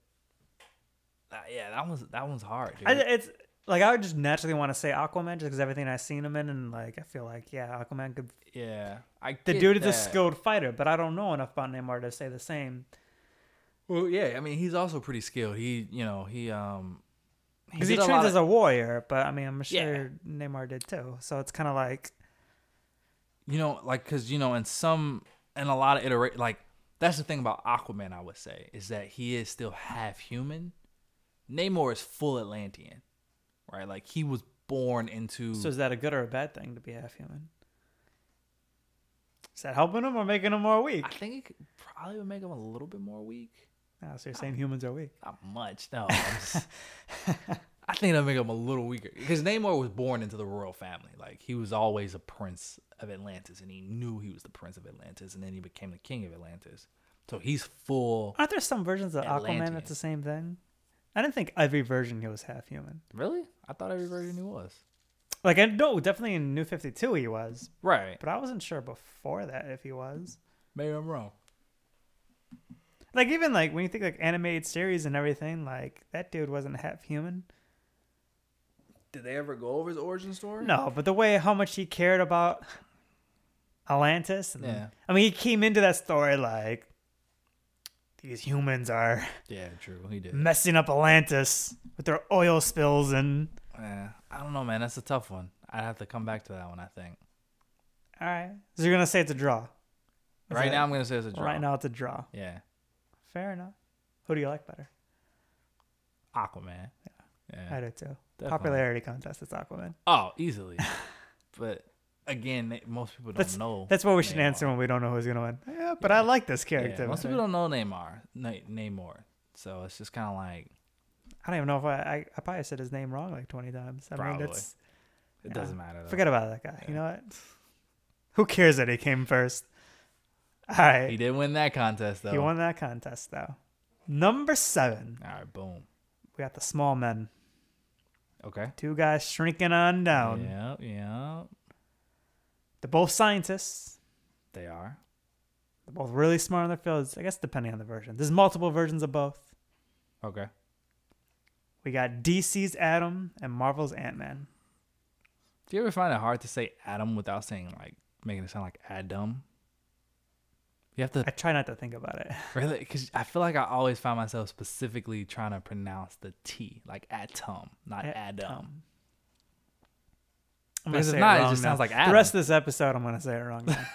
[SPEAKER 1] uh, yeah, that one's that one's hard. Dude.
[SPEAKER 2] I, it's like I would just naturally want to say Aquaman just because everything I've seen him in, and like I feel like yeah, Aquaman could.
[SPEAKER 1] yeah, I
[SPEAKER 2] The
[SPEAKER 1] get
[SPEAKER 2] dude is a
[SPEAKER 1] that.
[SPEAKER 2] skilled fighter, but I don't know enough about Neymar to say the same.
[SPEAKER 1] Well, yeah, I mean he's also pretty skilled. He, you know, he um
[SPEAKER 2] Because he
[SPEAKER 1] did a lot
[SPEAKER 2] trains
[SPEAKER 1] of-
[SPEAKER 2] as a warrior, but I mean I'm
[SPEAKER 1] Yeah.
[SPEAKER 2] sure Neymar did too. So it's kind of like
[SPEAKER 1] you know, like because you know, in some in a lot of iterate, like that's the thing about Aquaman. I would say is that he is still half human. Namor is full Atlantean, right? Like he was born into.
[SPEAKER 2] so is that a good or a bad thing to be half human? Is that helping him or making him more weak?
[SPEAKER 1] I think it could probably would make him a little bit more weak.
[SPEAKER 2] Ah, so you're saying humans are weak.
[SPEAKER 1] Not much. No, I'm just- I think that'll make him a little weaker because Namor was born into the royal family. Like he was always a prince of Atlantis, and he knew he was the prince of Atlantis, and then he became the king of Atlantis. So he's full.
[SPEAKER 2] Aren't there some versions of Aquaman
[SPEAKER 1] Atlantean.
[SPEAKER 2] that's the same thing? I didn't think every version he was half human.
[SPEAKER 1] Really? I thought every version he was.
[SPEAKER 2] Like I know definitely in New Fifty Two he was,
[SPEAKER 1] Right.
[SPEAKER 2] but I wasn't sure before that if he was.
[SPEAKER 1] Maybe I'm wrong.
[SPEAKER 2] Like even like when you think like animated series and everything, like that dude wasn't half human.
[SPEAKER 1] Did they ever go over his origin story?
[SPEAKER 2] No, but the way how much he cared about Atlantis, and
[SPEAKER 1] Yeah.
[SPEAKER 2] I mean he came into that story like these humans are
[SPEAKER 1] Yeah, true. He did.
[SPEAKER 2] messing up Atlantis with their oil spills and
[SPEAKER 1] Yeah. I don't know, man. That's a tough one. I'd have to come back to that one. I think.
[SPEAKER 2] all right. So you're gonna say it's a draw. Is
[SPEAKER 1] right
[SPEAKER 2] that-
[SPEAKER 1] now, I'm gonna say it's a draw.
[SPEAKER 2] right now it's a draw.
[SPEAKER 1] Yeah.
[SPEAKER 2] Fair enough. Who do you like better?
[SPEAKER 1] Aquaman. Yeah.
[SPEAKER 2] I do too.
[SPEAKER 1] Definitely.
[SPEAKER 2] Popularity contest. It's Aquaman.
[SPEAKER 1] Oh, easily. but again, they- most people don't know.
[SPEAKER 2] That's what we should
[SPEAKER 1] Neymar.
[SPEAKER 2] answer when we don't know who's gonna win. Yeah, but I like this
[SPEAKER 1] Yeah,
[SPEAKER 2] character.
[SPEAKER 1] most people don't know Neymar, Na- Namor. So it's just kind of like
[SPEAKER 2] I don't even know if I, I I probably said his name wrong like twenty times. I mean,
[SPEAKER 1] Probably.
[SPEAKER 2] that's
[SPEAKER 1] it
[SPEAKER 2] Yeah.
[SPEAKER 1] doesn't matter. Though.
[SPEAKER 2] forget about that guy. You
[SPEAKER 1] Yeah.
[SPEAKER 2] know what? Who cares that he came first? All right,
[SPEAKER 1] He
[SPEAKER 2] he,
[SPEAKER 1] did win that contest though.
[SPEAKER 2] won that contest though. Number seven,
[SPEAKER 1] All right, boom.
[SPEAKER 2] we got the small men.
[SPEAKER 1] Okay.
[SPEAKER 2] Two guys shrinking on down.
[SPEAKER 1] Yeah, yeah.
[SPEAKER 2] They're both scientists.
[SPEAKER 1] They are.
[SPEAKER 2] They're both really smart in their fields. I guess depending on the version. There's multiple versions of both.
[SPEAKER 1] Okay.
[SPEAKER 2] We got DC's Adam and Marvel's Ant Man.
[SPEAKER 1] Do you ever find it hard to say Adam without saying like making it sound like Adam? You have to
[SPEAKER 2] I try not to think about it.
[SPEAKER 1] really because I feel like I always find myself specifically trying to pronounce the T like atom, not Adam.
[SPEAKER 2] Atom. Um, I'm gonna
[SPEAKER 1] Because if
[SPEAKER 2] say it
[SPEAKER 1] not, it
[SPEAKER 2] wrong
[SPEAKER 1] just
[SPEAKER 2] now.
[SPEAKER 1] sounds like
[SPEAKER 2] The rest
[SPEAKER 1] Adam.
[SPEAKER 2] of this episode, I'm gonna say it wrong. now.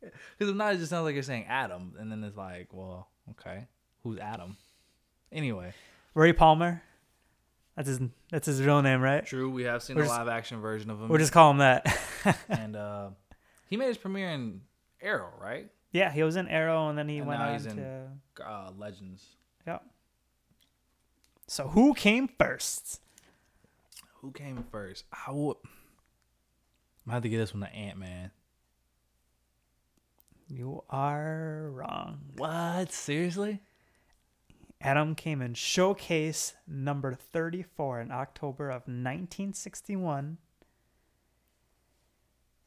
[SPEAKER 1] Because if not, it just sounds like you're saying Adam, and then it's like, well, okay, who's Adam? Anyway,
[SPEAKER 2] Ray Palmer. That's his. That's his real name, right?
[SPEAKER 1] true. We have seen
[SPEAKER 2] We're
[SPEAKER 1] a
[SPEAKER 2] just-
[SPEAKER 1] live action version of him,
[SPEAKER 2] We'll just call him that.
[SPEAKER 1] and uh, he made his premiere in Arrow, right?
[SPEAKER 2] yeah, he was in Arrow, and then he
[SPEAKER 1] And
[SPEAKER 2] went
[SPEAKER 1] now
[SPEAKER 2] on
[SPEAKER 1] he's in-
[SPEAKER 2] to.
[SPEAKER 1] Uh, Legends.
[SPEAKER 2] Yeah. So who came first?
[SPEAKER 1] Who came first? I would. I have to get this one to Ant Man.
[SPEAKER 2] You are wrong.
[SPEAKER 1] What? Seriously?
[SPEAKER 2] Adam came in showcase number 34 in October of 1961.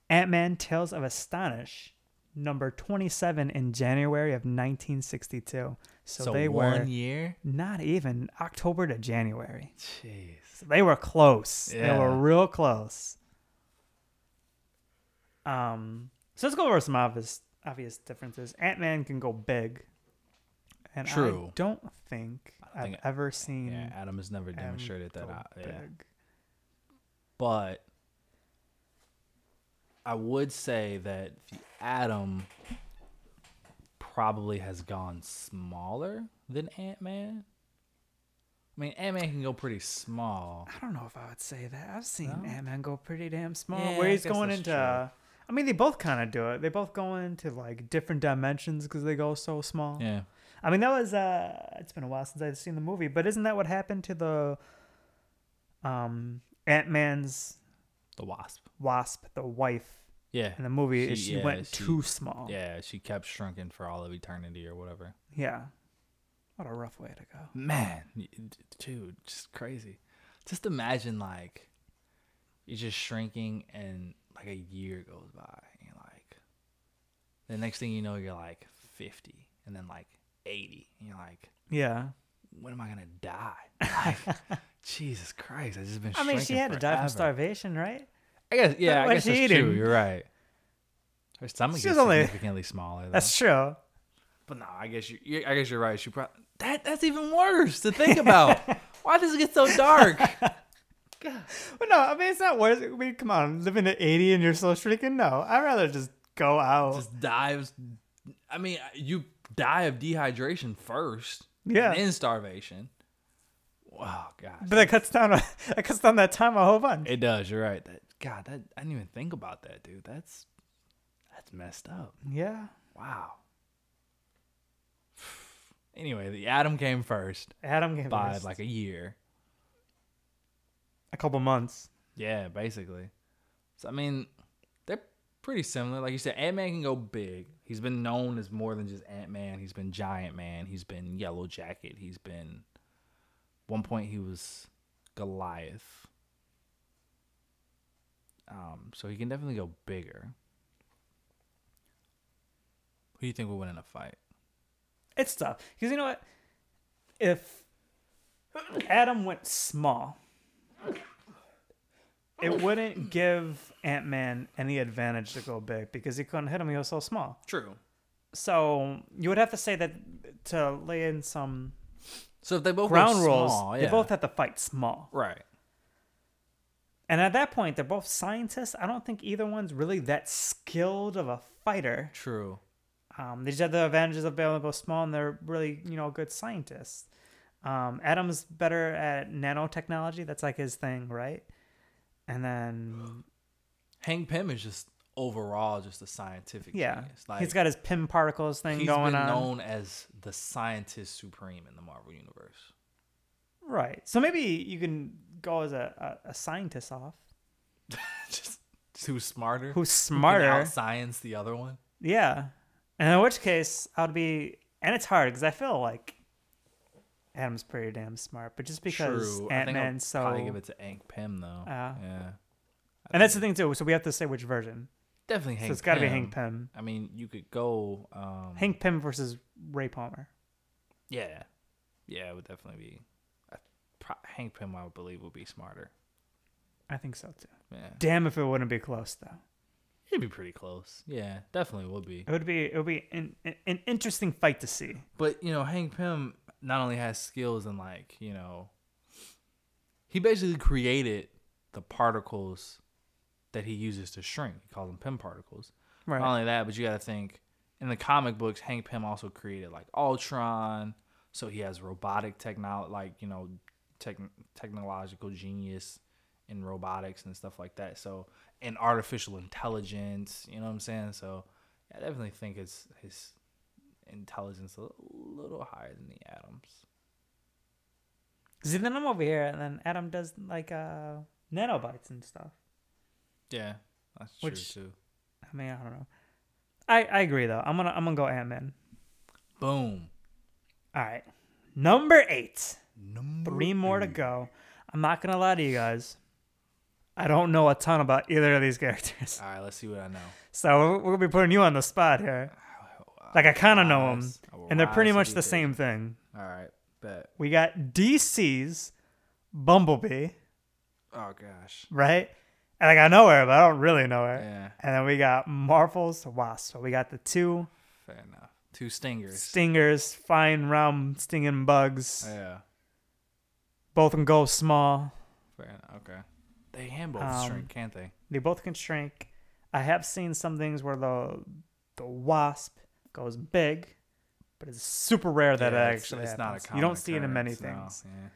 [SPEAKER 2] Ant Man Tales of Astonish, number 27 in January of 1962. So,
[SPEAKER 1] So,
[SPEAKER 2] they
[SPEAKER 1] one
[SPEAKER 2] were
[SPEAKER 1] year.
[SPEAKER 2] not even October to January.
[SPEAKER 1] Jeez.
[SPEAKER 2] So they were close. They were
[SPEAKER 1] Yeah.
[SPEAKER 2] real close. Um, so let's go over some obvious obvious differences. Ant Man can go big, and I
[SPEAKER 1] True.
[SPEAKER 2] don't think
[SPEAKER 1] don't
[SPEAKER 2] I've
[SPEAKER 1] think-
[SPEAKER 2] ever seen
[SPEAKER 1] Yeah, Adam has never
[SPEAKER 2] Ant
[SPEAKER 1] demonstrated that.
[SPEAKER 2] go
[SPEAKER 1] out. Yeah.
[SPEAKER 2] big.
[SPEAKER 1] but I would say that the atom probably has gone smaller than Ant Man. I mean, Ant Man can go pretty small.
[SPEAKER 2] I don't know if I would say that. I've seen
[SPEAKER 1] No?
[SPEAKER 2] Ant Man go pretty damn small.
[SPEAKER 1] Yeah,
[SPEAKER 2] where
[SPEAKER 1] I
[SPEAKER 2] he's
[SPEAKER 1] guess
[SPEAKER 2] going
[SPEAKER 1] that's
[SPEAKER 2] into,
[SPEAKER 1] true.
[SPEAKER 2] I mean, they both kind of do it. They both go into like different dimensions because they go so small.
[SPEAKER 1] Yeah.
[SPEAKER 2] I mean, that was uh, it's been a while since I've seen the movie, but isn't that what happened to the um Ant Man's
[SPEAKER 1] The Wasp.
[SPEAKER 2] wasp, the wife
[SPEAKER 1] Yeah.
[SPEAKER 2] in the movie? She,
[SPEAKER 1] She-
[SPEAKER 2] she
[SPEAKER 1] yeah,
[SPEAKER 2] went
[SPEAKER 1] she-
[SPEAKER 2] too small.
[SPEAKER 1] Yeah, she kept shrinking for all of eternity or whatever.
[SPEAKER 2] Yeah. What a rough way to go.
[SPEAKER 1] Man, y- d- dude, just crazy. Just imagine like you're just shrinking and like a year goes by and you're like the next thing you know you're like 50 and then like 80 and you're like
[SPEAKER 2] Yeah.
[SPEAKER 1] when am I going to die? Like Jesus Christ, I just been
[SPEAKER 2] I mean, she
[SPEAKER 1] shrinking
[SPEAKER 2] had to die
[SPEAKER 1] forever.
[SPEAKER 2] from starvation, right?
[SPEAKER 1] I guess yeah, I
[SPEAKER 2] What's
[SPEAKER 1] guess that's
[SPEAKER 2] she
[SPEAKER 1] true.
[SPEAKER 2] eating?
[SPEAKER 1] You're right. Her stomach
[SPEAKER 2] She was
[SPEAKER 1] is
[SPEAKER 2] only-
[SPEAKER 1] significantly smaller. Though.
[SPEAKER 2] That's true.
[SPEAKER 1] But no, I guess you. you I guess you're right. She probably that. That's even worse to think about. Why does it get so dark?
[SPEAKER 2] But no, I mean, it's not worth I mean, come on, living at 80 and you're still shrinking? No, I'd rather just go out.
[SPEAKER 1] Just dives. I mean, you die of dehydration first.
[SPEAKER 2] Yeah.
[SPEAKER 1] And then starvation. Wow, gosh.
[SPEAKER 2] but that cuts down, that cuts down that time a whole bunch.
[SPEAKER 1] It does. You're right. That God. That I didn't even think about that, dude. That's that's messed up.
[SPEAKER 2] yeah.
[SPEAKER 1] Wow. Anyway, the atom came first
[SPEAKER 2] Adam gave
[SPEAKER 1] by
[SPEAKER 2] us
[SPEAKER 1] like a year.
[SPEAKER 2] a couple months.
[SPEAKER 1] Yeah, basically. So I mean, they're pretty similar. Like you said, Ant Man can go big. He's been known as more than just Ant Man. He's been Giant Man. He's been Yellow Jacket. He's been. One point he was Goliath. Um, so he can definitely go bigger. Who do you think will win in a fight?
[SPEAKER 2] It's tough. Because you know what? If Adam went small, it wouldn't give Ant Man any advantage to go big because he couldn't hit him. He was so small.
[SPEAKER 1] True.
[SPEAKER 2] So you would have to say that to lay in some
[SPEAKER 1] So if they both
[SPEAKER 2] ground
[SPEAKER 1] go
[SPEAKER 2] rules,
[SPEAKER 1] small,
[SPEAKER 2] they
[SPEAKER 1] yeah.
[SPEAKER 2] both have to fight small.
[SPEAKER 1] right.
[SPEAKER 2] And at that point, they're both scientists. I don't think either one's really that skilled of a fighter.
[SPEAKER 1] True.
[SPEAKER 2] Um, they just have the advantages of being able to go small, and they're really, you know, good scientists. Um, Adam's better at nanotechnology. That's like his thing, right? And
[SPEAKER 1] Oh,
[SPEAKER 2] then,
[SPEAKER 1] Hank Pym is just overall just a scientific
[SPEAKER 2] yeah,
[SPEAKER 1] genius. Like,
[SPEAKER 2] he's got his pim particles thing
[SPEAKER 1] He's
[SPEAKER 2] going
[SPEAKER 1] been
[SPEAKER 2] on.
[SPEAKER 1] known as the scientist supreme in the Marvel universe.
[SPEAKER 2] Right. So maybe you can go as a, a, a scientist off
[SPEAKER 1] just, just who's smarter?
[SPEAKER 2] who's
[SPEAKER 1] Who can
[SPEAKER 2] smarter.
[SPEAKER 1] outscience the other one?
[SPEAKER 2] Yeah. And in which case, I would be. And it's hard because I feel like Adam's pretty damn smart, but just because
[SPEAKER 1] True.
[SPEAKER 2] Ant
[SPEAKER 1] I think I'll
[SPEAKER 2] Man's so. Uh,
[SPEAKER 1] probably give it to Hank Pym though.
[SPEAKER 2] Yeah.
[SPEAKER 1] yeah,
[SPEAKER 2] and that's the thing, too. So we have to say which version.
[SPEAKER 1] definitely Hank.
[SPEAKER 2] so it's got to be
[SPEAKER 1] Pym.
[SPEAKER 2] Hank Pym.
[SPEAKER 1] I mean, you could go. Um,
[SPEAKER 2] Hank Pym versus Ray Palmer.
[SPEAKER 1] Yeah, yeah, it would definitely be. I, pro- Hank Pym, I would believe, would be smarter.
[SPEAKER 2] I think so, too.
[SPEAKER 1] Yeah,
[SPEAKER 2] Damn if it wouldn't be close, though.
[SPEAKER 1] it'd be pretty close. Yeah, definitely would be.
[SPEAKER 2] It would be it would be an, an- an interesting fight to see.
[SPEAKER 1] But you know, Hank Pym not only has skills in like you know, he basically created the particles that he uses to shrink. He calls them Pym particles.
[SPEAKER 2] Right.
[SPEAKER 1] Not only that, but you got to think in the comic books, Hank Pym also created like Ultron, so he has robotic technology, like you know, tech- technological genius in robotics and stuff like that. So and artificial intelligence, you know what I'm saying? So I definitely think it's his intelligence a little higher than the Adams.
[SPEAKER 2] See, then I'm over here, and then Adam does like uh, nanobites and stuff.
[SPEAKER 1] Yeah, that's
[SPEAKER 2] true, Which-
[SPEAKER 1] too.
[SPEAKER 2] I mean, I don't know. I, I agree though. I'm gonna I'm gonna go Ant Man.
[SPEAKER 1] Boom.
[SPEAKER 2] All right. Number eight.
[SPEAKER 1] Number
[SPEAKER 2] Three more to go. I'm not going to lie to you guys. I don't know a ton about either of these characters.
[SPEAKER 1] All right, let's see what I know.
[SPEAKER 2] So we're, we're going to be putting you on the spot here. Like, I kind of know them.
[SPEAKER 1] Wise. I will
[SPEAKER 2] And they're pretty
[SPEAKER 1] rise to
[SPEAKER 2] much
[SPEAKER 1] the
[SPEAKER 2] the
[SPEAKER 1] occasion.
[SPEAKER 2] same thing.
[SPEAKER 1] All right, bet.
[SPEAKER 2] We got DC's Bumblebee,
[SPEAKER 1] Oh gosh.
[SPEAKER 2] right? And I got nowhere, but I don't really know her.
[SPEAKER 1] Yeah,
[SPEAKER 2] And then we got Marvel's Wasp. So we got the two
[SPEAKER 1] fair enough. Two stingers.
[SPEAKER 2] stingers, flying round stinging bugs.
[SPEAKER 1] Oh, yeah,
[SPEAKER 2] Both can go small.
[SPEAKER 1] fair enough. Okay. They can both
[SPEAKER 2] Um,
[SPEAKER 1] shrink, can't they?
[SPEAKER 2] They both can shrink. I have seen some things where the the wasp goes big, but it's super rare that
[SPEAKER 1] Yeah,
[SPEAKER 2] it
[SPEAKER 1] it's-
[SPEAKER 2] actually
[SPEAKER 1] it's
[SPEAKER 2] happens.
[SPEAKER 1] not a
[SPEAKER 2] you don't
[SPEAKER 1] common
[SPEAKER 2] see it in many
[SPEAKER 1] occurrence, no,
[SPEAKER 2] things.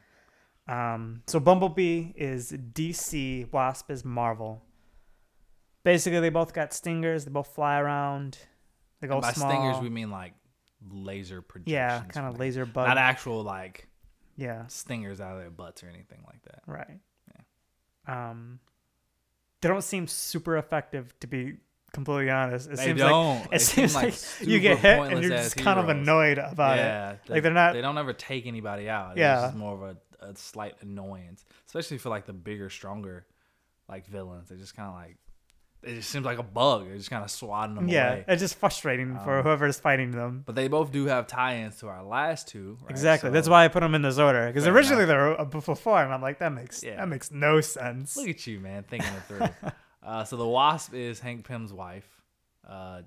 [SPEAKER 1] yeah.
[SPEAKER 2] Um, so Bumblebee is DC, Wasp is Marvel. Basically, they both got stingers. They both fly around. They go
[SPEAKER 1] by
[SPEAKER 2] small.
[SPEAKER 1] stingers, we mean like laser projections.
[SPEAKER 2] yeah,
[SPEAKER 1] from,
[SPEAKER 2] kind of
[SPEAKER 1] like-
[SPEAKER 2] laser bug.
[SPEAKER 1] Not actual like
[SPEAKER 2] yeah,
[SPEAKER 1] stingers out of their butts or anything like that.
[SPEAKER 2] right. Um, they don't seem super effective, to be completely honest. It
[SPEAKER 1] They
[SPEAKER 2] seems like
[SPEAKER 1] don't.
[SPEAKER 2] it
[SPEAKER 1] They seem
[SPEAKER 2] seems
[SPEAKER 1] like
[SPEAKER 2] like you get
[SPEAKER 1] super
[SPEAKER 2] hit and
[SPEAKER 1] pointless
[SPEAKER 2] you're
[SPEAKER 1] ass
[SPEAKER 2] just kind of
[SPEAKER 1] heroes.
[SPEAKER 2] annoyed about it.
[SPEAKER 1] yeah,
[SPEAKER 2] Like, they're not-
[SPEAKER 1] They don't ever take anybody out.
[SPEAKER 2] Yeah.
[SPEAKER 1] it's just more of a, a slight annoyance, especially for like the bigger, stronger, like villains. They just kind of like it just seems like a bug. They're just kind of swatting them
[SPEAKER 2] Yeah,
[SPEAKER 1] away.
[SPEAKER 2] it's just frustrating for
[SPEAKER 1] Um,
[SPEAKER 2] whoever's fighting them.
[SPEAKER 1] But they both do have tie-ins to our last two. right?
[SPEAKER 2] Exactly. That's
[SPEAKER 1] So-
[SPEAKER 2] why I put them in this order because
[SPEAKER 1] Fair
[SPEAKER 2] originally they were up before four, and I'm like, that makes
[SPEAKER 1] Yeah.
[SPEAKER 2] that makes no sense.
[SPEAKER 1] Look at you, man, thinking it through. uh, so the Wasp is Hank Pym's wife, uh,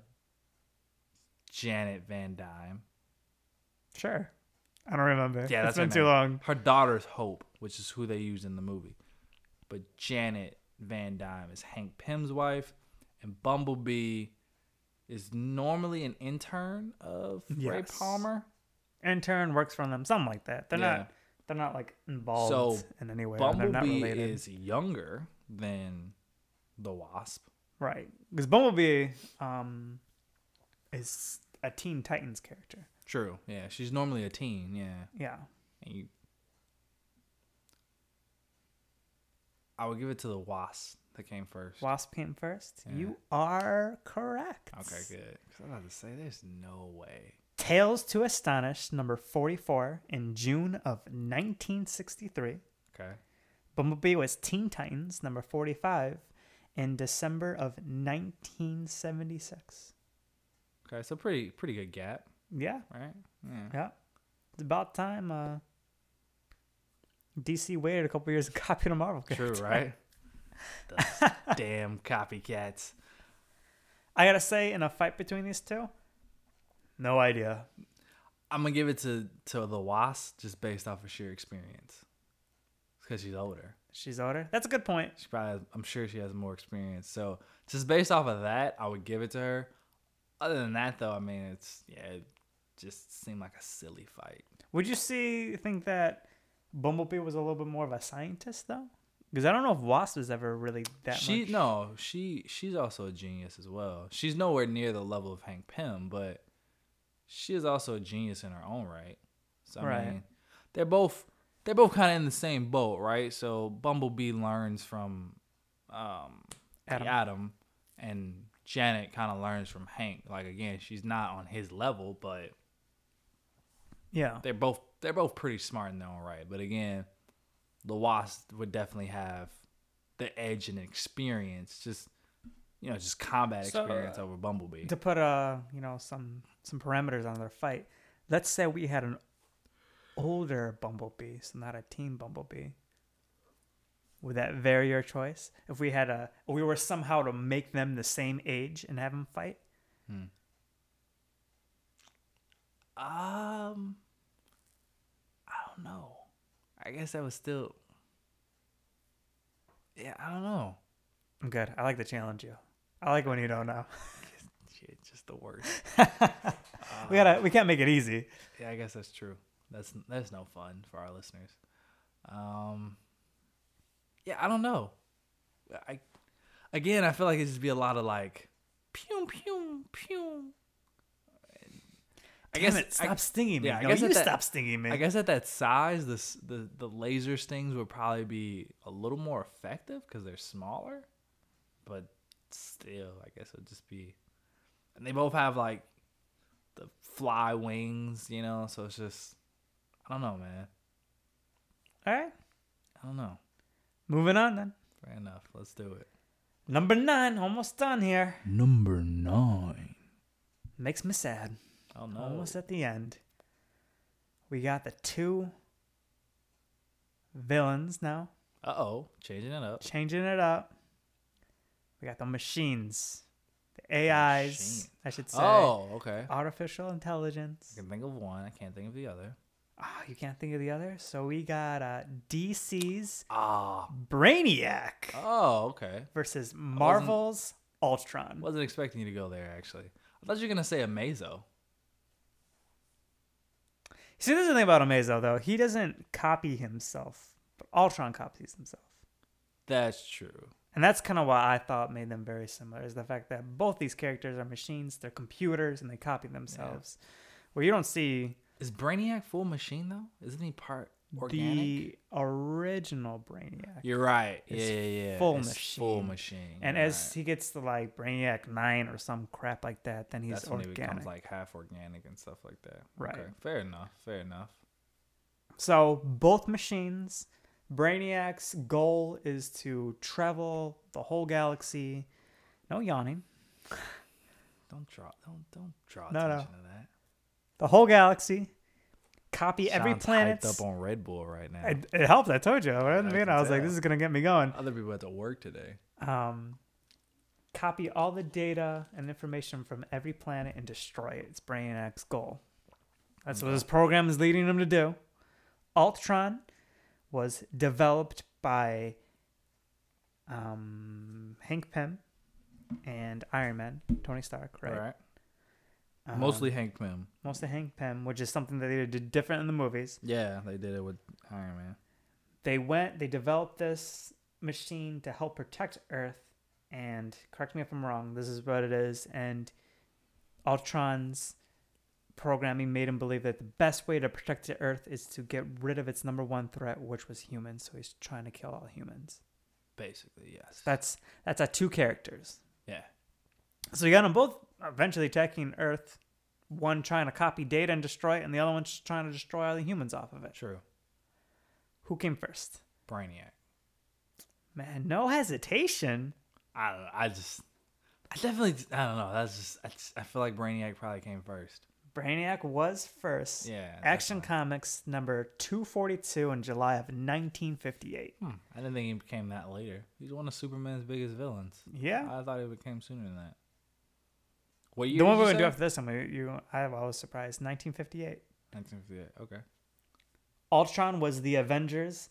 [SPEAKER 1] Janet Van Dyne.
[SPEAKER 2] Sure, I don't remember.
[SPEAKER 1] Yeah, that's
[SPEAKER 2] it's been
[SPEAKER 1] her
[SPEAKER 2] too
[SPEAKER 1] name.
[SPEAKER 2] long.
[SPEAKER 1] Her daughter's Hope, which is who they used in the movie. But Janet Van Dyne is Hank Pym's wife, and Bumblebee is normally an intern of Ray
[SPEAKER 2] Yes.
[SPEAKER 1] Palmer.
[SPEAKER 2] Intern works for them, something like that. They're
[SPEAKER 1] Yeah.
[SPEAKER 2] not they're not like involved
[SPEAKER 1] So,
[SPEAKER 2] in any way. or They're not
[SPEAKER 1] Bumblebee
[SPEAKER 2] related,
[SPEAKER 1] is younger than the Wasp.
[SPEAKER 2] right? Because Bumblebee um, is a Teen Titans character.
[SPEAKER 1] True. Yeah, she's normally a teen. Yeah.
[SPEAKER 2] Yeah,
[SPEAKER 1] And you, I would give it to the Wasp that came first.
[SPEAKER 2] Wasp came first.
[SPEAKER 1] Yeah.
[SPEAKER 2] You are correct.
[SPEAKER 1] Okay, good. 'Cause I was about to say, there's no way.
[SPEAKER 2] Tales to Astonish, number 44, in June of 1963.
[SPEAKER 1] Okay.
[SPEAKER 2] Bumblebee was Teen Titans, number 45, in December of 1976.
[SPEAKER 1] Okay, so pretty pretty good gap,
[SPEAKER 2] Yeah,
[SPEAKER 1] right? Yeah.
[SPEAKER 2] yeah. It's about time uh, DC waited a couple years and copied a Marvel
[SPEAKER 1] True,
[SPEAKER 2] character.
[SPEAKER 1] right? Those damn copycats.
[SPEAKER 2] I gotta say, in a fight between these two, no idea.
[SPEAKER 1] I'm gonna give it to to the Wasp just based off of sheer experience, because she's older.
[SPEAKER 2] She's older. That's a good point.
[SPEAKER 1] She probably, has, I'm sure she has more experience. So just based off of that, I would give it to her. Other than that, though, I mean, it's yeah, it just seemed like a silly fight.
[SPEAKER 2] Would you see think that Bumblebee was a little bit more of a scientist though? Because I don't know if Wasp was ever really that
[SPEAKER 1] she
[SPEAKER 2] much.
[SPEAKER 1] no, she she's also a genius as well. She's nowhere near the level of Hank Pym, but she is also a genius in her own right. So I
[SPEAKER 2] Right.
[SPEAKER 1] mean, they're both they're both kind of in the same boat, right? So Bumblebee learns from um
[SPEAKER 2] Adam.
[SPEAKER 1] Adam, Adam and Janet kind of learns from Hank. Like again, she's not on his level, but
[SPEAKER 2] Yeah.
[SPEAKER 1] they're both they're both pretty smart in their own right. But again, the Wasp would definitely have the edge and experience, just you know, just combat
[SPEAKER 2] So,
[SPEAKER 1] experience
[SPEAKER 2] uh,
[SPEAKER 1] over Bumblebee.
[SPEAKER 2] To put uh, you know, some some parameters on their fight. Let's say we had an older Bumblebee, so not a teen Bumblebee. Would that vary your choice? If we had a we were somehow to make them the same age and have them fight?
[SPEAKER 1] um, I don't know. I guess that was still. Yeah, I don't know.
[SPEAKER 2] I'm good. I like to challenge you. I like when you don't know.
[SPEAKER 1] Shit, just the worst.
[SPEAKER 2] We gotta we can't make it easy.
[SPEAKER 1] Yeah, I guess that's true. That's that's no fun for our listeners. Um, yeah, I don't know. I again, I feel like it'd just be a lot of like, pew pew pew. I
[SPEAKER 2] Damn
[SPEAKER 1] guess
[SPEAKER 2] it,
[SPEAKER 1] I-
[SPEAKER 2] stop stinging me.
[SPEAKER 1] yeah, I
[SPEAKER 2] no,
[SPEAKER 1] guess
[SPEAKER 2] you
[SPEAKER 1] at that-
[SPEAKER 2] stop stinging me.
[SPEAKER 1] I guess at that size, the s- the the laser stings would probably be a little more effective because they're smaller. But still, I guess it'd just be, and they both have like the fly wings, you know. So it's just, I don't know, man.
[SPEAKER 2] All right.
[SPEAKER 1] I don't know.
[SPEAKER 2] Moving on then.
[SPEAKER 1] Fair enough. Let's do it.
[SPEAKER 2] Number nine, almost done here.
[SPEAKER 1] Number nine.
[SPEAKER 2] Makes me sad.
[SPEAKER 1] Oh no.
[SPEAKER 2] Almost at the end. We got the two villains now,
[SPEAKER 1] Uh oh, changing it up.
[SPEAKER 2] changing it up. We got the machines, the AIs,
[SPEAKER 1] Machine.
[SPEAKER 2] I should say.
[SPEAKER 1] Oh, okay.
[SPEAKER 2] Artificial
[SPEAKER 1] I
[SPEAKER 2] intelligence.
[SPEAKER 1] can think of one. I can't think of the other.
[SPEAKER 2] Ah, you can't think of the other? So we got uh, DC's
[SPEAKER 1] Ah.
[SPEAKER 2] Brainiac
[SPEAKER 1] Oh, okay.
[SPEAKER 2] versus Marvel's Ultron.
[SPEAKER 1] Wasn't expecting you to go there actually. I thought you were gonna say Amazo.
[SPEAKER 2] See, this is the thing about Amazo, though. He doesn't copy himself, but Ultron copies himself.
[SPEAKER 1] That's true.
[SPEAKER 2] And that's kind of why I thought made them very similar is the fact that both these characters are machines, they're computers, and they copy themselves. Where you don't see
[SPEAKER 1] Is Brainiac full machine though? Isn't he part organic?
[SPEAKER 2] the original Brainiac.
[SPEAKER 1] You're right. yeah,
[SPEAKER 2] It's
[SPEAKER 1] yeah, yeah.
[SPEAKER 2] full
[SPEAKER 1] It's Full
[SPEAKER 2] machine.
[SPEAKER 1] machine.
[SPEAKER 2] and
[SPEAKER 1] You're
[SPEAKER 2] as
[SPEAKER 1] right.
[SPEAKER 2] he gets to like Brainiac 9 or some crap like that, then he's
[SPEAKER 1] that's when he
[SPEAKER 2] organic.
[SPEAKER 1] becomes like half organic and stuff like that.
[SPEAKER 2] Right.
[SPEAKER 1] Okay. Fair enough. Fair enough.
[SPEAKER 2] So both machines, Brainiac's goal is to travel the whole galaxy. No yawning.
[SPEAKER 1] Don't draw. Don't don't draw
[SPEAKER 2] No, no.
[SPEAKER 1] attention to that.
[SPEAKER 2] The whole galaxy. Copy every
[SPEAKER 1] Sean's hyped
[SPEAKER 2] planet.
[SPEAKER 1] up on Red Bull right now.
[SPEAKER 2] It, it helped. I told you. I,
[SPEAKER 1] I
[SPEAKER 2] mean,
[SPEAKER 1] can
[SPEAKER 2] I was like,
[SPEAKER 1] tell.
[SPEAKER 2] this is gonna get me going.
[SPEAKER 1] Other people had to work today.
[SPEAKER 2] Um, copy all the data and information from every planet and destroy it. It's Brainiac's goal. That's what this program is leading him to do. Ultron was developed by um, Hank Pym and Iron Man, Tony Stark, right?
[SPEAKER 1] Right.
[SPEAKER 2] Um,
[SPEAKER 1] Mostly Hank Pym.
[SPEAKER 2] mostly Hank Pym, which is something that they did different in the movies.
[SPEAKER 1] Yeah, they did it with Iron Man.
[SPEAKER 2] they went they developed this machine to help protect earth and correct me if i'm wrong this is what it is and ultron's programming made him believe that the best way to protect the earth is to get rid of its number one threat which was humans so he's trying to kill all humans
[SPEAKER 1] Basically, yes.
[SPEAKER 2] that's that's our two characters
[SPEAKER 1] Yeah.
[SPEAKER 2] so you got them both eventually attacking earth one trying to copy data and destroy it and the other one's just trying to destroy all the humans off of it
[SPEAKER 1] True.
[SPEAKER 2] who came first
[SPEAKER 1] Brainiac.
[SPEAKER 2] man no hesitation
[SPEAKER 1] I don't know. I just. I definitely. I don't know. That's just. I, just, I feel like Brainiac probably came first.
[SPEAKER 2] Brainiac was first.
[SPEAKER 1] Yeah, that's
[SPEAKER 2] Action
[SPEAKER 1] fine.
[SPEAKER 2] Comics number 242 in July of 1958.
[SPEAKER 1] Hmm. I didn't think he became that later. He's one of Superman's biggest villains.
[SPEAKER 2] Yeah.
[SPEAKER 1] I thought he became sooner than that. What year?
[SPEAKER 2] the one
[SPEAKER 1] did
[SPEAKER 2] we're
[SPEAKER 1] Uh, you
[SPEAKER 2] going to do
[SPEAKER 1] say?
[SPEAKER 2] after this one, we, you, I, I was surprised. 1958.
[SPEAKER 1] 1958. Okay.
[SPEAKER 2] Ultron was the Avengers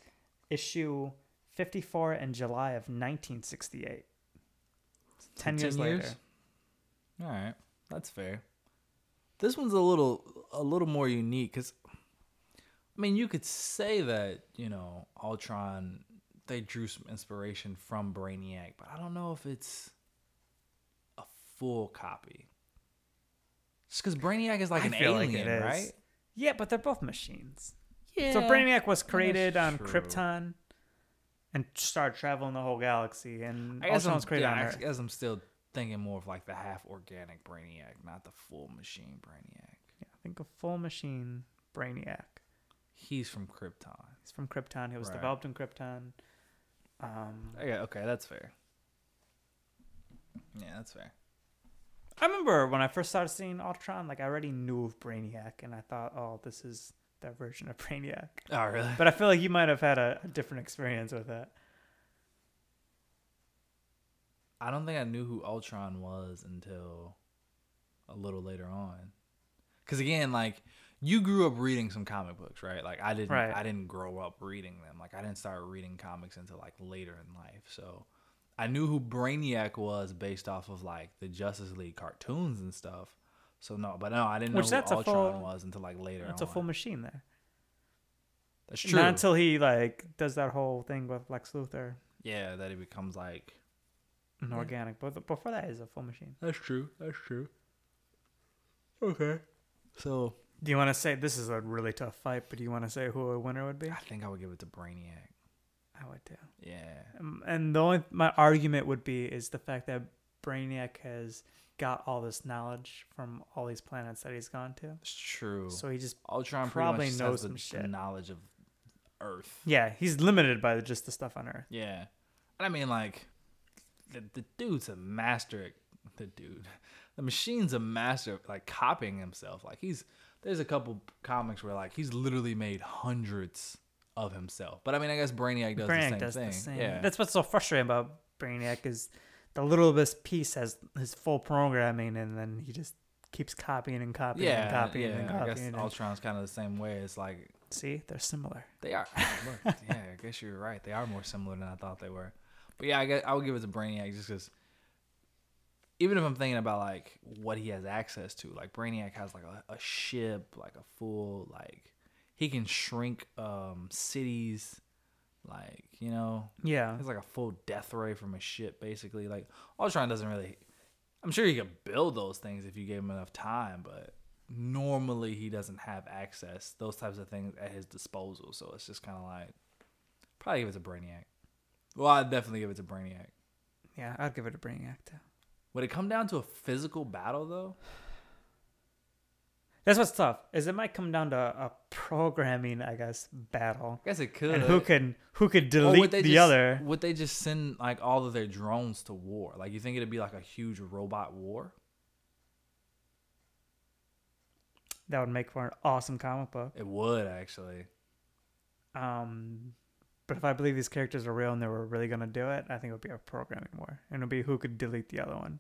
[SPEAKER 2] issue 54 in July of 1968. It's 10
[SPEAKER 1] So
[SPEAKER 2] years,
[SPEAKER 1] 10 years?
[SPEAKER 2] later.
[SPEAKER 1] All right, that's fair. This one's a little a little more unique because, I mean, you could say that you know Ultron they drew some inspiration from Brainiac, but I don't know if it's a full copy. Just because Brainiac is like
[SPEAKER 2] I
[SPEAKER 1] an
[SPEAKER 2] feel
[SPEAKER 1] alien,
[SPEAKER 2] it is.
[SPEAKER 1] right?
[SPEAKER 2] Yeah, but they're both machines.
[SPEAKER 1] Yeah.
[SPEAKER 2] So Brainiac was created on
[SPEAKER 1] that's true.
[SPEAKER 2] Krypton and started traveling the whole galaxy. And
[SPEAKER 1] I guess
[SPEAKER 2] Ultron
[SPEAKER 1] I'm,
[SPEAKER 2] was created
[SPEAKER 1] yeah,
[SPEAKER 2] on
[SPEAKER 1] I
[SPEAKER 2] Earth.
[SPEAKER 1] guess I'm still thinking more of like the half organic Brainiac, not the full machine Brainiac.
[SPEAKER 2] Yeah, I think a full machine Brainiac.
[SPEAKER 1] He's from Krypton.
[SPEAKER 2] He's from Krypton. He was
[SPEAKER 1] Right.
[SPEAKER 2] developed in Krypton. Um,
[SPEAKER 1] Okay, okay, that's fair. Yeah, that's fair.
[SPEAKER 2] I remember when I first started seeing Ultron, like I already knew of Brainiac, and I thought, oh, this is that version of Brainiac.
[SPEAKER 1] Oh, really?
[SPEAKER 2] But I feel like you might have had a, a different experience with that.
[SPEAKER 1] I don't think I knew who Ultron was until a little later on. Cuz again, like you grew up reading some comic books, right? Like I didn't
[SPEAKER 2] Right.
[SPEAKER 1] I didn't grow up reading them. Like I didn't start reading comics until like later in life. So I knew who Brainiac was based off of like the Justice League cartoons and stuff. So no, but no, I didn't
[SPEAKER 2] Which
[SPEAKER 1] know
[SPEAKER 2] that's
[SPEAKER 1] who
[SPEAKER 2] a
[SPEAKER 1] Ultron
[SPEAKER 2] full-
[SPEAKER 1] was until like later
[SPEAKER 2] It's a
[SPEAKER 1] on.
[SPEAKER 2] full machine there.
[SPEAKER 1] that's true.
[SPEAKER 2] Not until he like does that whole thing with Lex Luthor,
[SPEAKER 1] yeah, that it becomes like
[SPEAKER 2] an
[SPEAKER 1] Yeah.
[SPEAKER 2] organic. But before that, he's a full machine.
[SPEAKER 1] That's true. That's true. Okay. So
[SPEAKER 2] Do you want to say this is a really tough fight? But do you want to say who a winner would be?
[SPEAKER 1] I think I would give it to Brainiac.
[SPEAKER 2] I would too.
[SPEAKER 1] Yeah.
[SPEAKER 2] Um, and the only my argument would be is the fact that Brainiac has got all this knowledge from all these planets that he's gone to.
[SPEAKER 1] It's true.
[SPEAKER 2] So he just
[SPEAKER 1] Ultron probably
[SPEAKER 2] probably
[SPEAKER 1] knows
[SPEAKER 2] knows
[SPEAKER 1] the
[SPEAKER 2] some shit.
[SPEAKER 1] knowledge of Earth.
[SPEAKER 2] yeah, he's limited by just the stuff on Earth.
[SPEAKER 1] Yeah. And I mean, like, the, the dude's a master. at- The dude. The machine's a master at, like, copying himself. Like, he's. There's a couple comics where, like, he's literally made hundreds of himself. But I mean, I guess Brainiac does the
[SPEAKER 2] Brainiac
[SPEAKER 1] same
[SPEAKER 2] does
[SPEAKER 1] thing.
[SPEAKER 2] the same.
[SPEAKER 1] Yeah.
[SPEAKER 2] That's what's so frustrating about Brainiac is the littlest piece has his full programming and then he just keeps copying and copying
[SPEAKER 1] yeah,
[SPEAKER 2] and copying
[SPEAKER 1] yeah.
[SPEAKER 2] and
[SPEAKER 1] I guess
[SPEAKER 2] copying. And,
[SPEAKER 1] Ultron's kind of the same way. It's like
[SPEAKER 2] see, they're similar.
[SPEAKER 1] They are. Look, yeah, I guess you're right. They are more similar than I thought they were. But yeah, I guess I would give it to Brainiac just because. Even if I'm thinking about like what he has access to, like Brainiac has like a, a ship, like a full like he can shrink um cities Like, you know,
[SPEAKER 2] Yeah.
[SPEAKER 1] it's like a full death ray from a ship, basically. Like, Ultron doesn't really. I'm sure he could build those things if you gave him enough time, but normally he doesn't have access those types of things at his disposal. So it's just kind of like, probably give it to Brainiac. Well, I'd definitely give it to Brainiac.
[SPEAKER 2] Yeah, I'd give it a Brainiac too.
[SPEAKER 1] Would it come down to a physical battle though?
[SPEAKER 2] That's what's tough. Is it might come down to a programming, I guess, battle,
[SPEAKER 1] I guess it could.
[SPEAKER 2] and who can who could
[SPEAKER 1] Or
[SPEAKER 2] delete the
[SPEAKER 1] just,
[SPEAKER 2] other?
[SPEAKER 1] Would they just send like all of their drones to war? Like you think it'd be like a huge robot war?
[SPEAKER 2] That would make for an awesome comic book.
[SPEAKER 1] It would actually.
[SPEAKER 2] Um, but if I believe these characters are real and they were really gonna do it, I think it would be a programming war, and it would be who could delete the other one.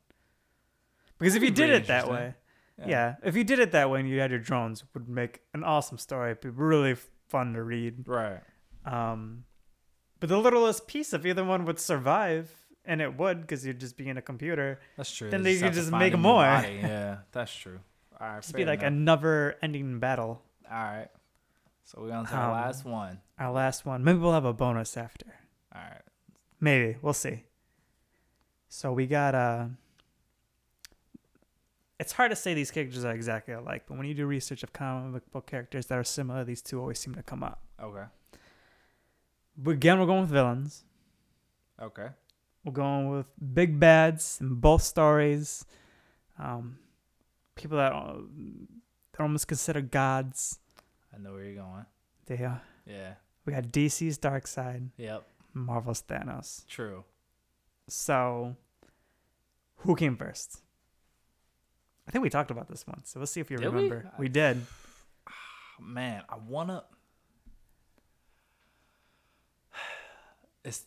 [SPEAKER 2] Because if
[SPEAKER 1] That'd
[SPEAKER 2] you
[SPEAKER 1] be
[SPEAKER 2] did
[SPEAKER 1] pretty
[SPEAKER 2] it that way,
[SPEAKER 1] interesting.
[SPEAKER 2] yeah. if you did it that way and you had your drones, it would make an awesome story. It'd be really fun to read.
[SPEAKER 1] Right.
[SPEAKER 2] Um, but the littlest piece of either one would survive, and it would because you'd just be in a computer.
[SPEAKER 1] That's true.
[SPEAKER 2] Then they
[SPEAKER 1] have
[SPEAKER 2] could
[SPEAKER 1] to
[SPEAKER 2] just
[SPEAKER 1] find
[SPEAKER 2] make
[SPEAKER 1] a new
[SPEAKER 2] more.
[SPEAKER 1] body. Yeah, that's true. All right.
[SPEAKER 2] Just be like another ending battle.
[SPEAKER 1] a. All right. So we're on to
[SPEAKER 2] Um,
[SPEAKER 1] the last one.
[SPEAKER 2] Our last one. Maybe we'll have a bonus after.
[SPEAKER 1] All right.
[SPEAKER 2] Maybe we'll see. So we got uh It's hard to say these characters are exactly alike, but when you do research of comic book characters that are similar, these two always seem to come up.
[SPEAKER 1] Okay.
[SPEAKER 2] But again, we're going with villains.
[SPEAKER 1] Okay.
[SPEAKER 2] We're going with big bads in both stories. Um, people that uh, they're almost considered gods.
[SPEAKER 1] I know where you're going.
[SPEAKER 2] They are.
[SPEAKER 1] Yeah.
[SPEAKER 2] We got DC's Dark Side,
[SPEAKER 1] Yep.
[SPEAKER 2] Marvel's Thanos.
[SPEAKER 1] True.
[SPEAKER 2] So, who came first? I think we talked about this once, so we'll see if you
[SPEAKER 1] Did we?
[SPEAKER 2] remember. We? did.
[SPEAKER 1] Man, I wanna. It's.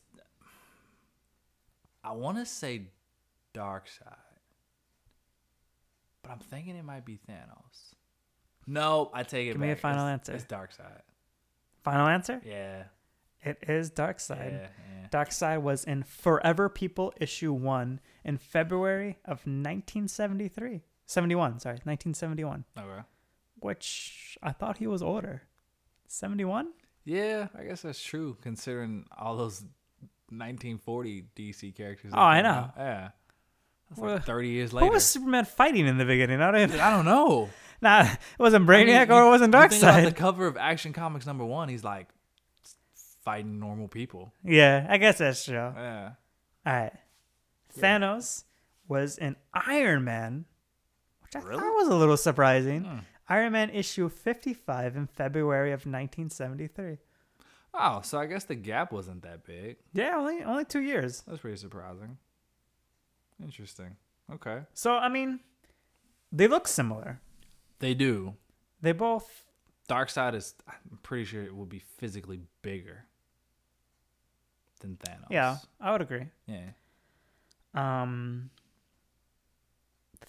[SPEAKER 1] I wanna say, Dark Side. But I'm thinking it might be Thanos. No, I take it.
[SPEAKER 2] Give me a
[SPEAKER 1] back.
[SPEAKER 2] final
[SPEAKER 1] It's-
[SPEAKER 2] answer.
[SPEAKER 1] It's Dark Side.
[SPEAKER 2] Final answer?
[SPEAKER 1] Yeah.
[SPEAKER 2] It is Dark
[SPEAKER 1] Yeah.
[SPEAKER 2] Side.
[SPEAKER 1] yeah.
[SPEAKER 2] Dark Side was in Forever People issue 1 in February of 1973. 71, sorry, 1971,
[SPEAKER 1] Okay.
[SPEAKER 2] which I thought he was older. 71?
[SPEAKER 1] Yeah, I guess that's true considering all those 1940 DC characters. that
[SPEAKER 2] Oh, I
[SPEAKER 1] came
[SPEAKER 2] know.
[SPEAKER 1] out. Yeah. That's
[SPEAKER 2] Well,
[SPEAKER 1] like 30 years
[SPEAKER 2] Who
[SPEAKER 1] later.
[SPEAKER 2] was Superman fighting in the beginning? I don't,
[SPEAKER 1] I don't know.
[SPEAKER 2] nah, it wasn't
[SPEAKER 1] I mean,
[SPEAKER 2] Brainiac or
[SPEAKER 1] you-
[SPEAKER 2] it wasn't
[SPEAKER 1] you think about
[SPEAKER 2] Darkseid.
[SPEAKER 1] The cover of Action Comics number one, he's like fighting normal people.
[SPEAKER 2] Yeah, I guess that's true. All
[SPEAKER 1] Yeah.
[SPEAKER 2] right. Thanos was an Iron Man, which I
[SPEAKER 1] Really?
[SPEAKER 2] thought was a little surprising.
[SPEAKER 1] Hmm.
[SPEAKER 2] Iron Man issue 55 in February of 1973.
[SPEAKER 1] Oh, so I guess the gap wasn't that big.
[SPEAKER 2] Yeah, only only 2 years.
[SPEAKER 1] That's pretty surprising. Interesting. Okay.
[SPEAKER 2] So, I mean, they look similar.
[SPEAKER 1] They do.
[SPEAKER 2] They both
[SPEAKER 1] Dark Side is, I'm pretty sure it will be physically bigger than Thanos.
[SPEAKER 2] Yeah, I would agree.
[SPEAKER 1] Yeah.
[SPEAKER 2] Um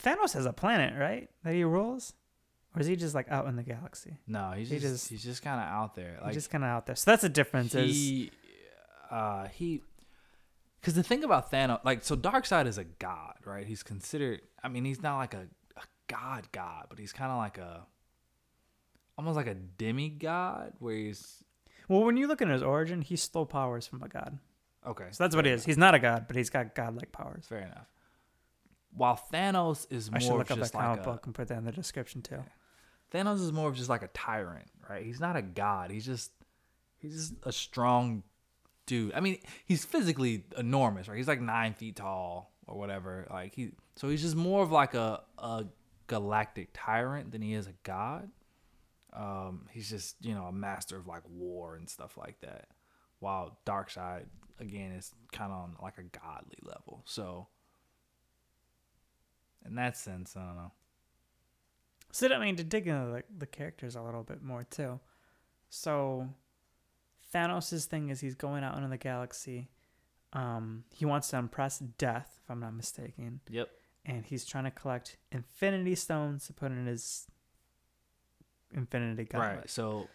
[SPEAKER 2] Thanos has a planet, right? That he rules? Or is he just like out in the galaxy?
[SPEAKER 1] No, he's
[SPEAKER 2] He
[SPEAKER 1] just,
[SPEAKER 2] just-
[SPEAKER 1] he's just kind of out there. Like
[SPEAKER 2] He's just kind of out there. So that's the difference is
[SPEAKER 1] he, uh, he, because the thing about Thanos, like, so Darkseid is a god, right? He's considered. I mean, he's not like a, a god god, but he's kind of like a, almost like a demigod, where he's
[SPEAKER 2] Well, when you look at his origin, he stole powers from a god.
[SPEAKER 1] okay.
[SPEAKER 2] So that's what he is. He's not a god, but he's got godlike powers.
[SPEAKER 1] fair enough. While Thanos is
[SPEAKER 2] I should
[SPEAKER 1] more of
[SPEAKER 2] look up that
[SPEAKER 1] just like
[SPEAKER 2] comic
[SPEAKER 1] a,
[SPEAKER 2] book and put that in the description too.
[SPEAKER 1] Thanos is more of just like a tyrant, right? He's not a god. He's just he's just a strong dude. I mean, he's physically enormous, right? He's like nine feet tall or whatever. Like he so he's just more of like a a galactic tyrant than he is a god. Um, he's just, you know, a master of like war and stuff like that. While Darkseid, again, is kind of on like a godly level. So, in that sense, I don't know.
[SPEAKER 2] So I mean to dig into the, the characters a little bit more too. So Thanos' thing is he's going out into the galaxy. Um, he wants to impress Death, if I'm not mistaken,
[SPEAKER 1] Yep.
[SPEAKER 2] and he's trying to collect Infinity Stones to put in his Infinity Gauntlet.
[SPEAKER 1] Right. So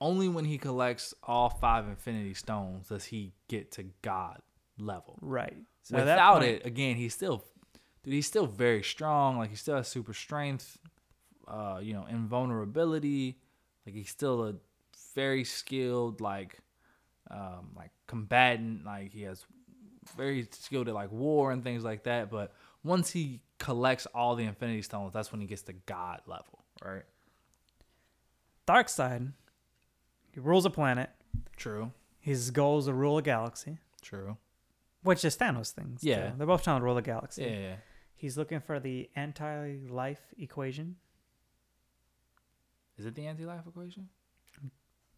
[SPEAKER 1] only when he collects all five Infinity Stones does he get to God level.
[SPEAKER 2] Right. So at that
[SPEAKER 1] Without
[SPEAKER 2] point-
[SPEAKER 1] it, again, he's still, dude, he's still very strong. Like he still has super strength, uh, you know, invulnerability. Like he's still a very skilled, like um, like combatant. Like he has very skilled at like war and things like that. But once he collects all the Infinity Stones, that's when he gets to God level, right?
[SPEAKER 2] Dark side. He rules a planet.
[SPEAKER 1] True.
[SPEAKER 2] His goal is to rule a galaxy,
[SPEAKER 1] True.
[SPEAKER 2] which is Thanos' things. too.
[SPEAKER 1] Yeah.
[SPEAKER 2] they're both trying to rule a galaxy.
[SPEAKER 1] Yeah. yeah.
[SPEAKER 2] He's looking for the anti-life equation.
[SPEAKER 1] Is it the anti-life equation?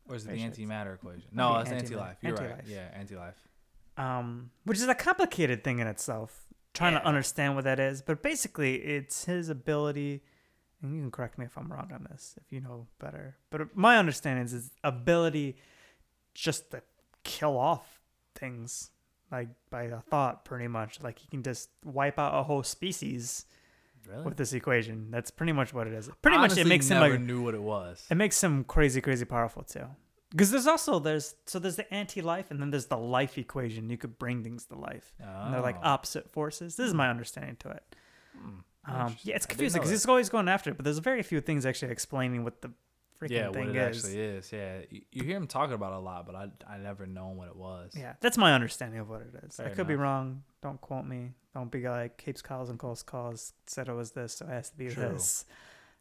[SPEAKER 1] Or is it the
[SPEAKER 2] Pretty sure it's-
[SPEAKER 1] anti-matter equation? No,
[SPEAKER 2] the
[SPEAKER 1] it's
[SPEAKER 2] anti-ma-
[SPEAKER 1] anti-life. You're right.
[SPEAKER 2] anti-life.
[SPEAKER 1] Yeah, anti-life.
[SPEAKER 2] um, which is a complicated thing in itself. Trying to
[SPEAKER 1] Yeah.
[SPEAKER 2] understand what that is, but basically, it's his ability. And you can correct me if I'm wrong on this, if you know better. But my understanding is his ability just to kill off things, like by a thought, pretty much. Like he can just wipe out a whole species
[SPEAKER 1] Really?
[SPEAKER 2] with this equation. That's pretty much what it is. Pretty much, it
[SPEAKER 1] Honestly,
[SPEAKER 2] makes him
[SPEAKER 1] never
[SPEAKER 2] like
[SPEAKER 1] knew what it was.
[SPEAKER 2] it makes him crazy, crazy powerful too. Because there's also there's so there's the anti-life and then there's the life equation. You could bring things to life, and they're like
[SPEAKER 1] Oh.
[SPEAKER 2] opposite forces. This is my understanding to it.
[SPEAKER 1] Hmm.
[SPEAKER 2] Um,
[SPEAKER 1] Interesting.
[SPEAKER 2] yeah, it's
[SPEAKER 1] I didn't
[SPEAKER 2] confusing
[SPEAKER 1] know
[SPEAKER 2] because
[SPEAKER 1] that.
[SPEAKER 2] he's always going after it, but there's very few things actually explaining what the freaking
[SPEAKER 1] yeah,
[SPEAKER 2] thing
[SPEAKER 1] what it
[SPEAKER 2] is.
[SPEAKER 1] actually is. Yeah, you, you hear him talking about it a lot, but I I never known what it was.
[SPEAKER 2] Yeah, that's my understanding of what it is. I
[SPEAKER 1] Fair
[SPEAKER 2] could be
[SPEAKER 1] enough.
[SPEAKER 2] wrong. Don't quote me. Don't be like Capes Calls and Close Calls said it was this, so it has to be
[SPEAKER 1] True.
[SPEAKER 2] this.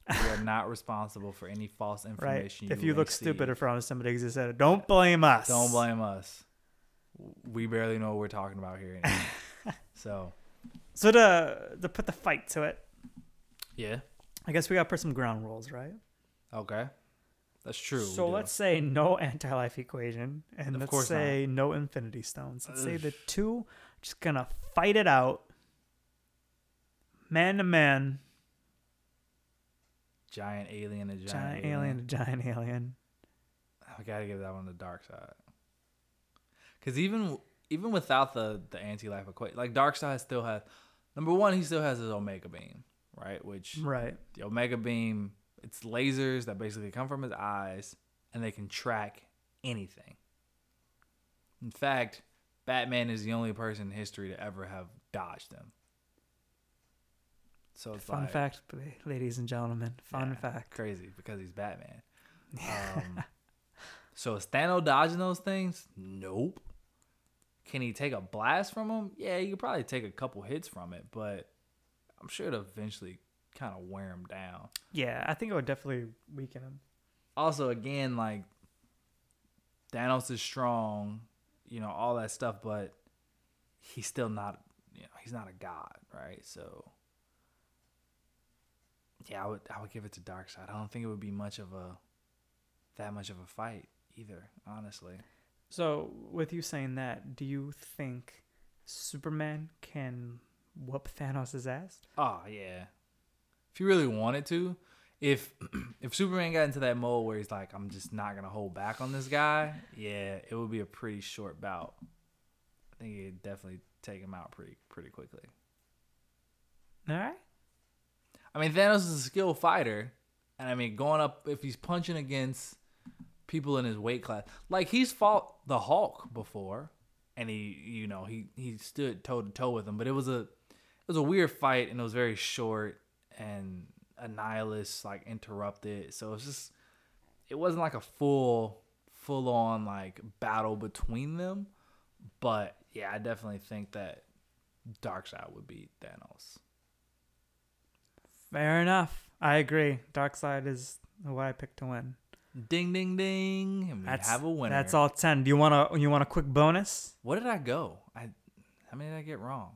[SPEAKER 1] we are not responsible for any false
[SPEAKER 2] Right?
[SPEAKER 1] information.
[SPEAKER 2] If you
[SPEAKER 1] may
[SPEAKER 2] look
[SPEAKER 1] see.
[SPEAKER 2] stupid in front of somebody because you said it, don't blame us.
[SPEAKER 1] don't blame us. We barely know what we're talking about here. anymore. so
[SPEAKER 2] So to to put the fight to it,
[SPEAKER 1] yeah,
[SPEAKER 2] I guess we got to put some ground rules, right?
[SPEAKER 1] okay, that's true. we
[SPEAKER 2] So
[SPEAKER 1] do.
[SPEAKER 2] let's say no anti-life equation, and
[SPEAKER 1] Of
[SPEAKER 2] let's
[SPEAKER 1] course not.
[SPEAKER 2] say no infinity stones. Let's say the
[SPEAKER 1] Ugh.
[SPEAKER 2] two are just gonna fight it out, man to man,
[SPEAKER 1] giant alien and giant,
[SPEAKER 2] giant alien to giant alien.
[SPEAKER 1] I gotta give that one the dark side. Cause even even without the the anti life equation, like dark side still has number one, he still has his omega beam, right? Which
[SPEAKER 2] Right.
[SPEAKER 1] the omega beam, it's lasers that basically come from his eyes, and they can track anything. In fact, Batman is the only person in history to ever have dodged them. So it's
[SPEAKER 2] Fun
[SPEAKER 1] like,
[SPEAKER 2] fact, ladies and gentlemen. Fun
[SPEAKER 1] yeah,
[SPEAKER 2] fact.
[SPEAKER 1] Crazy because he's Batman. Um, so is Thanos dodging those things? Nope. Can he take a blast from him? Yeah, he could probably take a couple hits from it, but I'm sure it'll eventually kind of wear him down.
[SPEAKER 2] Yeah, I think it would definitely weaken him.
[SPEAKER 1] Also, again, like Thanos is strong, you know, all that stuff, but he's still not, you know, he's not a god, right? So, yeah, I would, I would give it to Darkseid. I don't think it would be much of a, that much of a fight either, honestly.
[SPEAKER 2] So, with you saying that, do you think Superman can whoop Thanos' ass?
[SPEAKER 1] Oh yeah. If you really wanted to, if if Superman got into that mode where he's like, I'm just not gonna hold back on this guy, yeah, it would be a pretty short bout. I think he'd definitely take him out pretty pretty quickly.
[SPEAKER 2] All right.
[SPEAKER 1] I mean, Thanos is a skilled fighter, and I mean, going up if he's punching against people in his weight class, like he's fought the Hulk before, and he, you know, he he stood toe to toe with him, but it was a it was a weird fight, and it was very short, and Annihilus like interrupted, so it's just it wasn't like a full full on like battle between them, but yeah, I definitely think that Darkseid would beat Thanos.
[SPEAKER 2] Fair enough. I agree. Dark side is who I picked to win.
[SPEAKER 1] Ding ding ding, and we
[SPEAKER 2] That's
[SPEAKER 1] have a winner.
[SPEAKER 2] That's all ten. Do you want to? You want a quick bonus?
[SPEAKER 1] What did I go? I how many did I get wrong?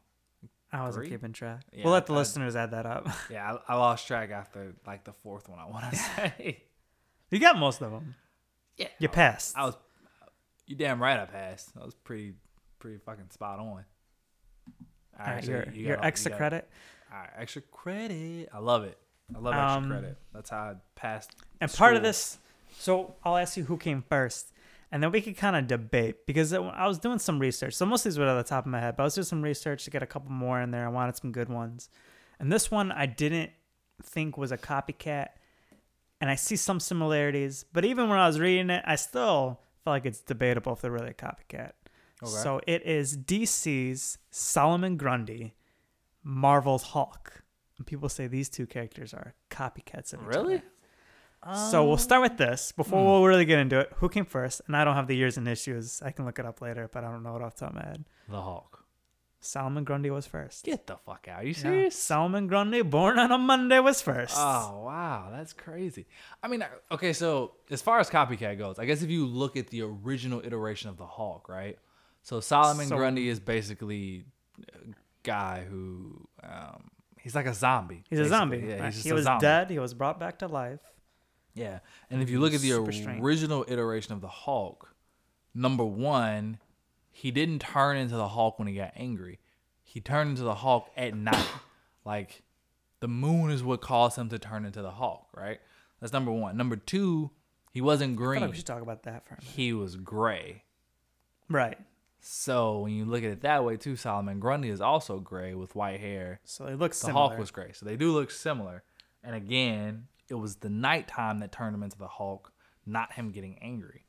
[SPEAKER 2] I wasn't
[SPEAKER 1] Three?
[SPEAKER 2] keeping track.
[SPEAKER 1] Yeah,
[SPEAKER 2] we'll let the
[SPEAKER 1] I-
[SPEAKER 2] listeners add that up.
[SPEAKER 1] Yeah, I, I lost track after like the fourth one. I want to say.
[SPEAKER 2] you got most of them.
[SPEAKER 1] yeah,
[SPEAKER 2] You passed.
[SPEAKER 1] I was. You damn right, I passed. I was pretty, pretty fucking spot on. All
[SPEAKER 2] all right,
[SPEAKER 1] so
[SPEAKER 2] your,
[SPEAKER 1] you
[SPEAKER 2] your
[SPEAKER 1] got-
[SPEAKER 2] extra
[SPEAKER 1] you got-
[SPEAKER 2] credit.
[SPEAKER 1] All right, extra credit. I love it. I love extra
[SPEAKER 2] Um,
[SPEAKER 1] credit. That's how I passed.
[SPEAKER 2] And part of
[SPEAKER 1] school.
[SPEAKER 2] this, so I'll ask you who came first, and then we could kind of debate because it- I was doing some research. So most of these were at the top of my head, but I was doing some research to get a couple more in there. I wanted some good ones, and this one I didn't think was a copycat, and I see some similarities. But even when I was reading it, I still felt like it's debatable if they're really a copycat.
[SPEAKER 1] Okay.
[SPEAKER 2] So it is DC's Solomon Grundy, Marvel's Hulk. And people say these two characters are copycats of each
[SPEAKER 1] Really?
[SPEAKER 2] other. So
[SPEAKER 1] Um,
[SPEAKER 2] we'll start with this
[SPEAKER 1] hmm.
[SPEAKER 2] before we'll really get into it. Who came first? And I don't have the years and issues. I can look it up later, but I don't know it off the top of my head.
[SPEAKER 1] The Hulk.
[SPEAKER 2] Salman Grundy was first.
[SPEAKER 1] Get the fuck out. Are you
[SPEAKER 2] Yeah.
[SPEAKER 1] serious?
[SPEAKER 2] Salman Grundy, born on a Monday, was first.
[SPEAKER 1] Oh wow, that's crazy. I mean, I- okay, so as far as copycat goes, I guess if you look at the original iteration of the Hulk, right? So Solomon
[SPEAKER 2] So-
[SPEAKER 1] Grundy is basically a guy who um, he's like a zombie.
[SPEAKER 2] He's a
[SPEAKER 1] basically.
[SPEAKER 2] zombie.
[SPEAKER 1] Yeah,
[SPEAKER 2] right?
[SPEAKER 1] he's just
[SPEAKER 2] he
[SPEAKER 1] a
[SPEAKER 2] was
[SPEAKER 1] zombie.
[SPEAKER 2] dead. He was brought back to life.
[SPEAKER 1] Yeah, and if you look at the
[SPEAKER 2] Mm-hmm. Super strength.
[SPEAKER 1] original iteration of the Hulk, number one, he didn't turn into the Hulk when he got angry. He turned into the Hulk at night. like the moon is what caused him to turn into the Hulk, right? That's number one. Number two, he wasn't
[SPEAKER 2] I feel like
[SPEAKER 1] green.
[SPEAKER 2] we should talk about that for a minute.
[SPEAKER 1] He was gray.
[SPEAKER 2] Right.
[SPEAKER 1] So when you look at it that way too, Solomon Grundy is also gray with white hair.
[SPEAKER 2] So it looks
[SPEAKER 1] The
[SPEAKER 2] similar.
[SPEAKER 1] Hulk was gray. So they do look similar. And again, it was the nighttime that turned him into the Hulk, not him getting angry.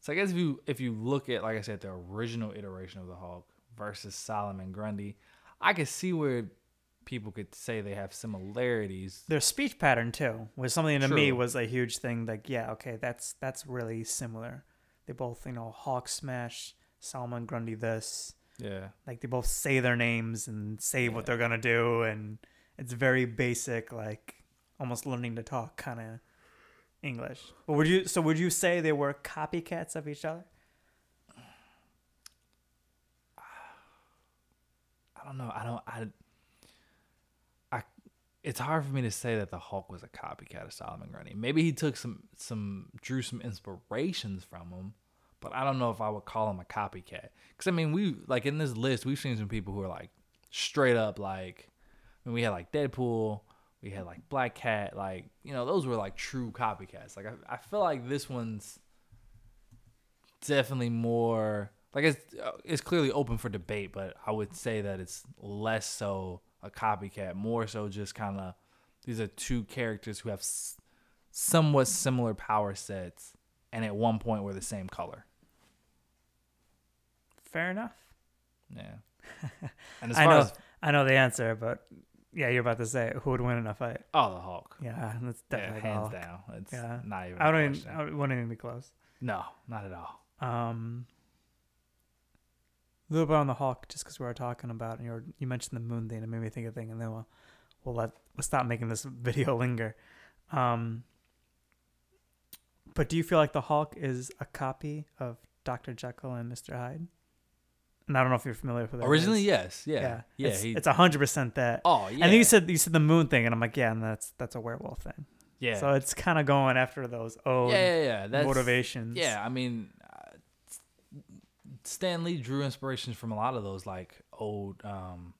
[SPEAKER 1] So I guess if you if you look at like I said the original iteration of the Hulk versus Solomon Grundy, I could see where people could say they have similarities.
[SPEAKER 2] Their speech pattern too was something to me
[SPEAKER 1] True.
[SPEAKER 2] was a huge thing. Like, yeah, okay, that's that's really similar. They both, you know, Hawk Smash, Salman Grundy this.
[SPEAKER 1] Yeah.
[SPEAKER 2] Like they both say their names and say what they're gonna do and it's very basic, like almost learning to talk kinda English. But would you so would you say they were copycats of each other?
[SPEAKER 1] I don't know. I don't. I. I. It's hard for me to say that the Hulk was a copycat of Solomon Grundy. Maybe he took some some drew some inspirations from him, but I don't know if I would call him a copycat. Because I mean, we like in this list, we've seen some people who are like straight up like. I mean, we had like Deadpool. We had like Black Cat. Like you know, those were like true copycats. Like I, I feel like this one's definitely more like it's uh, it's clearly open for debate, but I would say that it's less so a copycat, more so just kind of these are two characters who have s- somewhat similar power sets, and at one point were the same color.
[SPEAKER 2] Fair enough.
[SPEAKER 1] Yeah, and as
[SPEAKER 2] I
[SPEAKER 1] far
[SPEAKER 2] know
[SPEAKER 1] as
[SPEAKER 2] I know the answer, but yeah, you're about to say it. who would win in a fight.
[SPEAKER 1] oh, the Hulk,
[SPEAKER 2] Yeah, that's
[SPEAKER 1] yeah,
[SPEAKER 2] definitely
[SPEAKER 1] hands
[SPEAKER 2] all.
[SPEAKER 1] down, it's
[SPEAKER 2] Yeah.
[SPEAKER 1] not even.
[SPEAKER 2] I
[SPEAKER 1] a
[SPEAKER 2] don't. Even,
[SPEAKER 1] question.
[SPEAKER 2] I wouldn't even be close.
[SPEAKER 1] no, not at all.
[SPEAKER 2] Um, a little bit on the Hulk, just because we were talking about and you were, you mentioned the moon thing, it made me think of thing, and then we'll we'll let we'll stop making this video linger. Um, but do you feel like the Hulk is a copy of Doctor Jekyll and Mister Hyde? And I don't know if you're familiar with that.
[SPEAKER 1] Originally, yes, yeah, yeah,
[SPEAKER 2] it's,
[SPEAKER 1] he,
[SPEAKER 2] it's hundred percent that.
[SPEAKER 1] oh, yeah,
[SPEAKER 2] And then you said you said the moon thing, and I'm like, yeah, and that's that's a werewolf thing.
[SPEAKER 1] yeah,
[SPEAKER 2] So it's kind of going after those old
[SPEAKER 1] yeah, yeah, yeah. That's,
[SPEAKER 2] motivations.
[SPEAKER 1] Yeah, I mean, uh, Stan Lee drew inspirations from a lot of those like old. Um,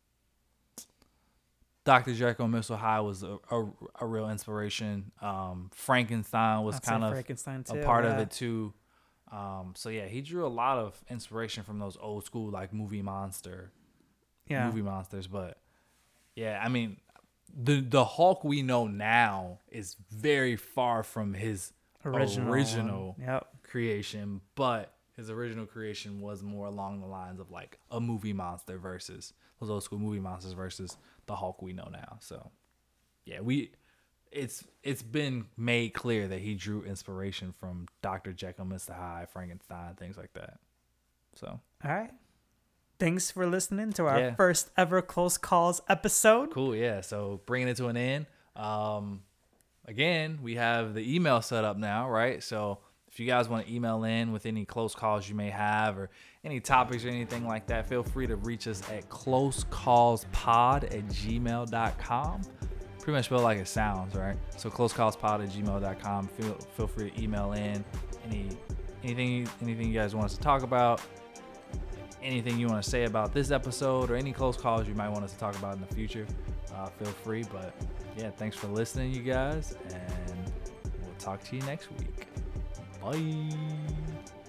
[SPEAKER 1] Dr. Jekyll and Mr. Hyde was a, a, a real inspiration. Um, Frankenstein was
[SPEAKER 2] I'd say
[SPEAKER 1] kind of
[SPEAKER 2] Frankenstein
[SPEAKER 1] a
[SPEAKER 2] too,
[SPEAKER 1] part of
[SPEAKER 2] yeah.
[SPEAKER 1] it too. Um, so yeah, he drew a lot of inspiration from those old school like movie monster
[SPEAKER 2] Yeah.
[SPEAKER 1] movie monsters. But yeah, I mean, the the Hulk we know now is very far from his
[SPEAKER 2] Original.
[SPEAKER 1] original
[SPEAKER 2] one. Yep.
[SPEAKER 1] creation, but his original creation was more along the lines of like a movie monster versus those old school movie monsters versus the Hulk we know now. So, yeah, we it's it's been made clear that he drew inspiration from Dr. Jekyll, Mr. Hyde, Frankenstein, things like that. So,
[SPEAKER 2] All right. Thanks for listening to our
[SPEAKER 1] Yeah.
[SPEAKER 2] first ever Close Calls episode.
[SPEAKER 1] cool, yeah. So, bringing it to an end. Um again, we have the email set up now, right? So if you guys want to email in with any close calls you may have or any topics or anything like that, feel free to reach us at closecallspod at gmail.com. Pretty much spelled like it sounds, right? So closecallspod at gmail.com. Feel, feel free to email in any anything anything you guys want us to talk about, anything you want to say about this episode or any close calls you might want us to talk about in the future. Uh, feel free, but yeah, thanks for listening, you guys, and we'll talk to you next week. Bye.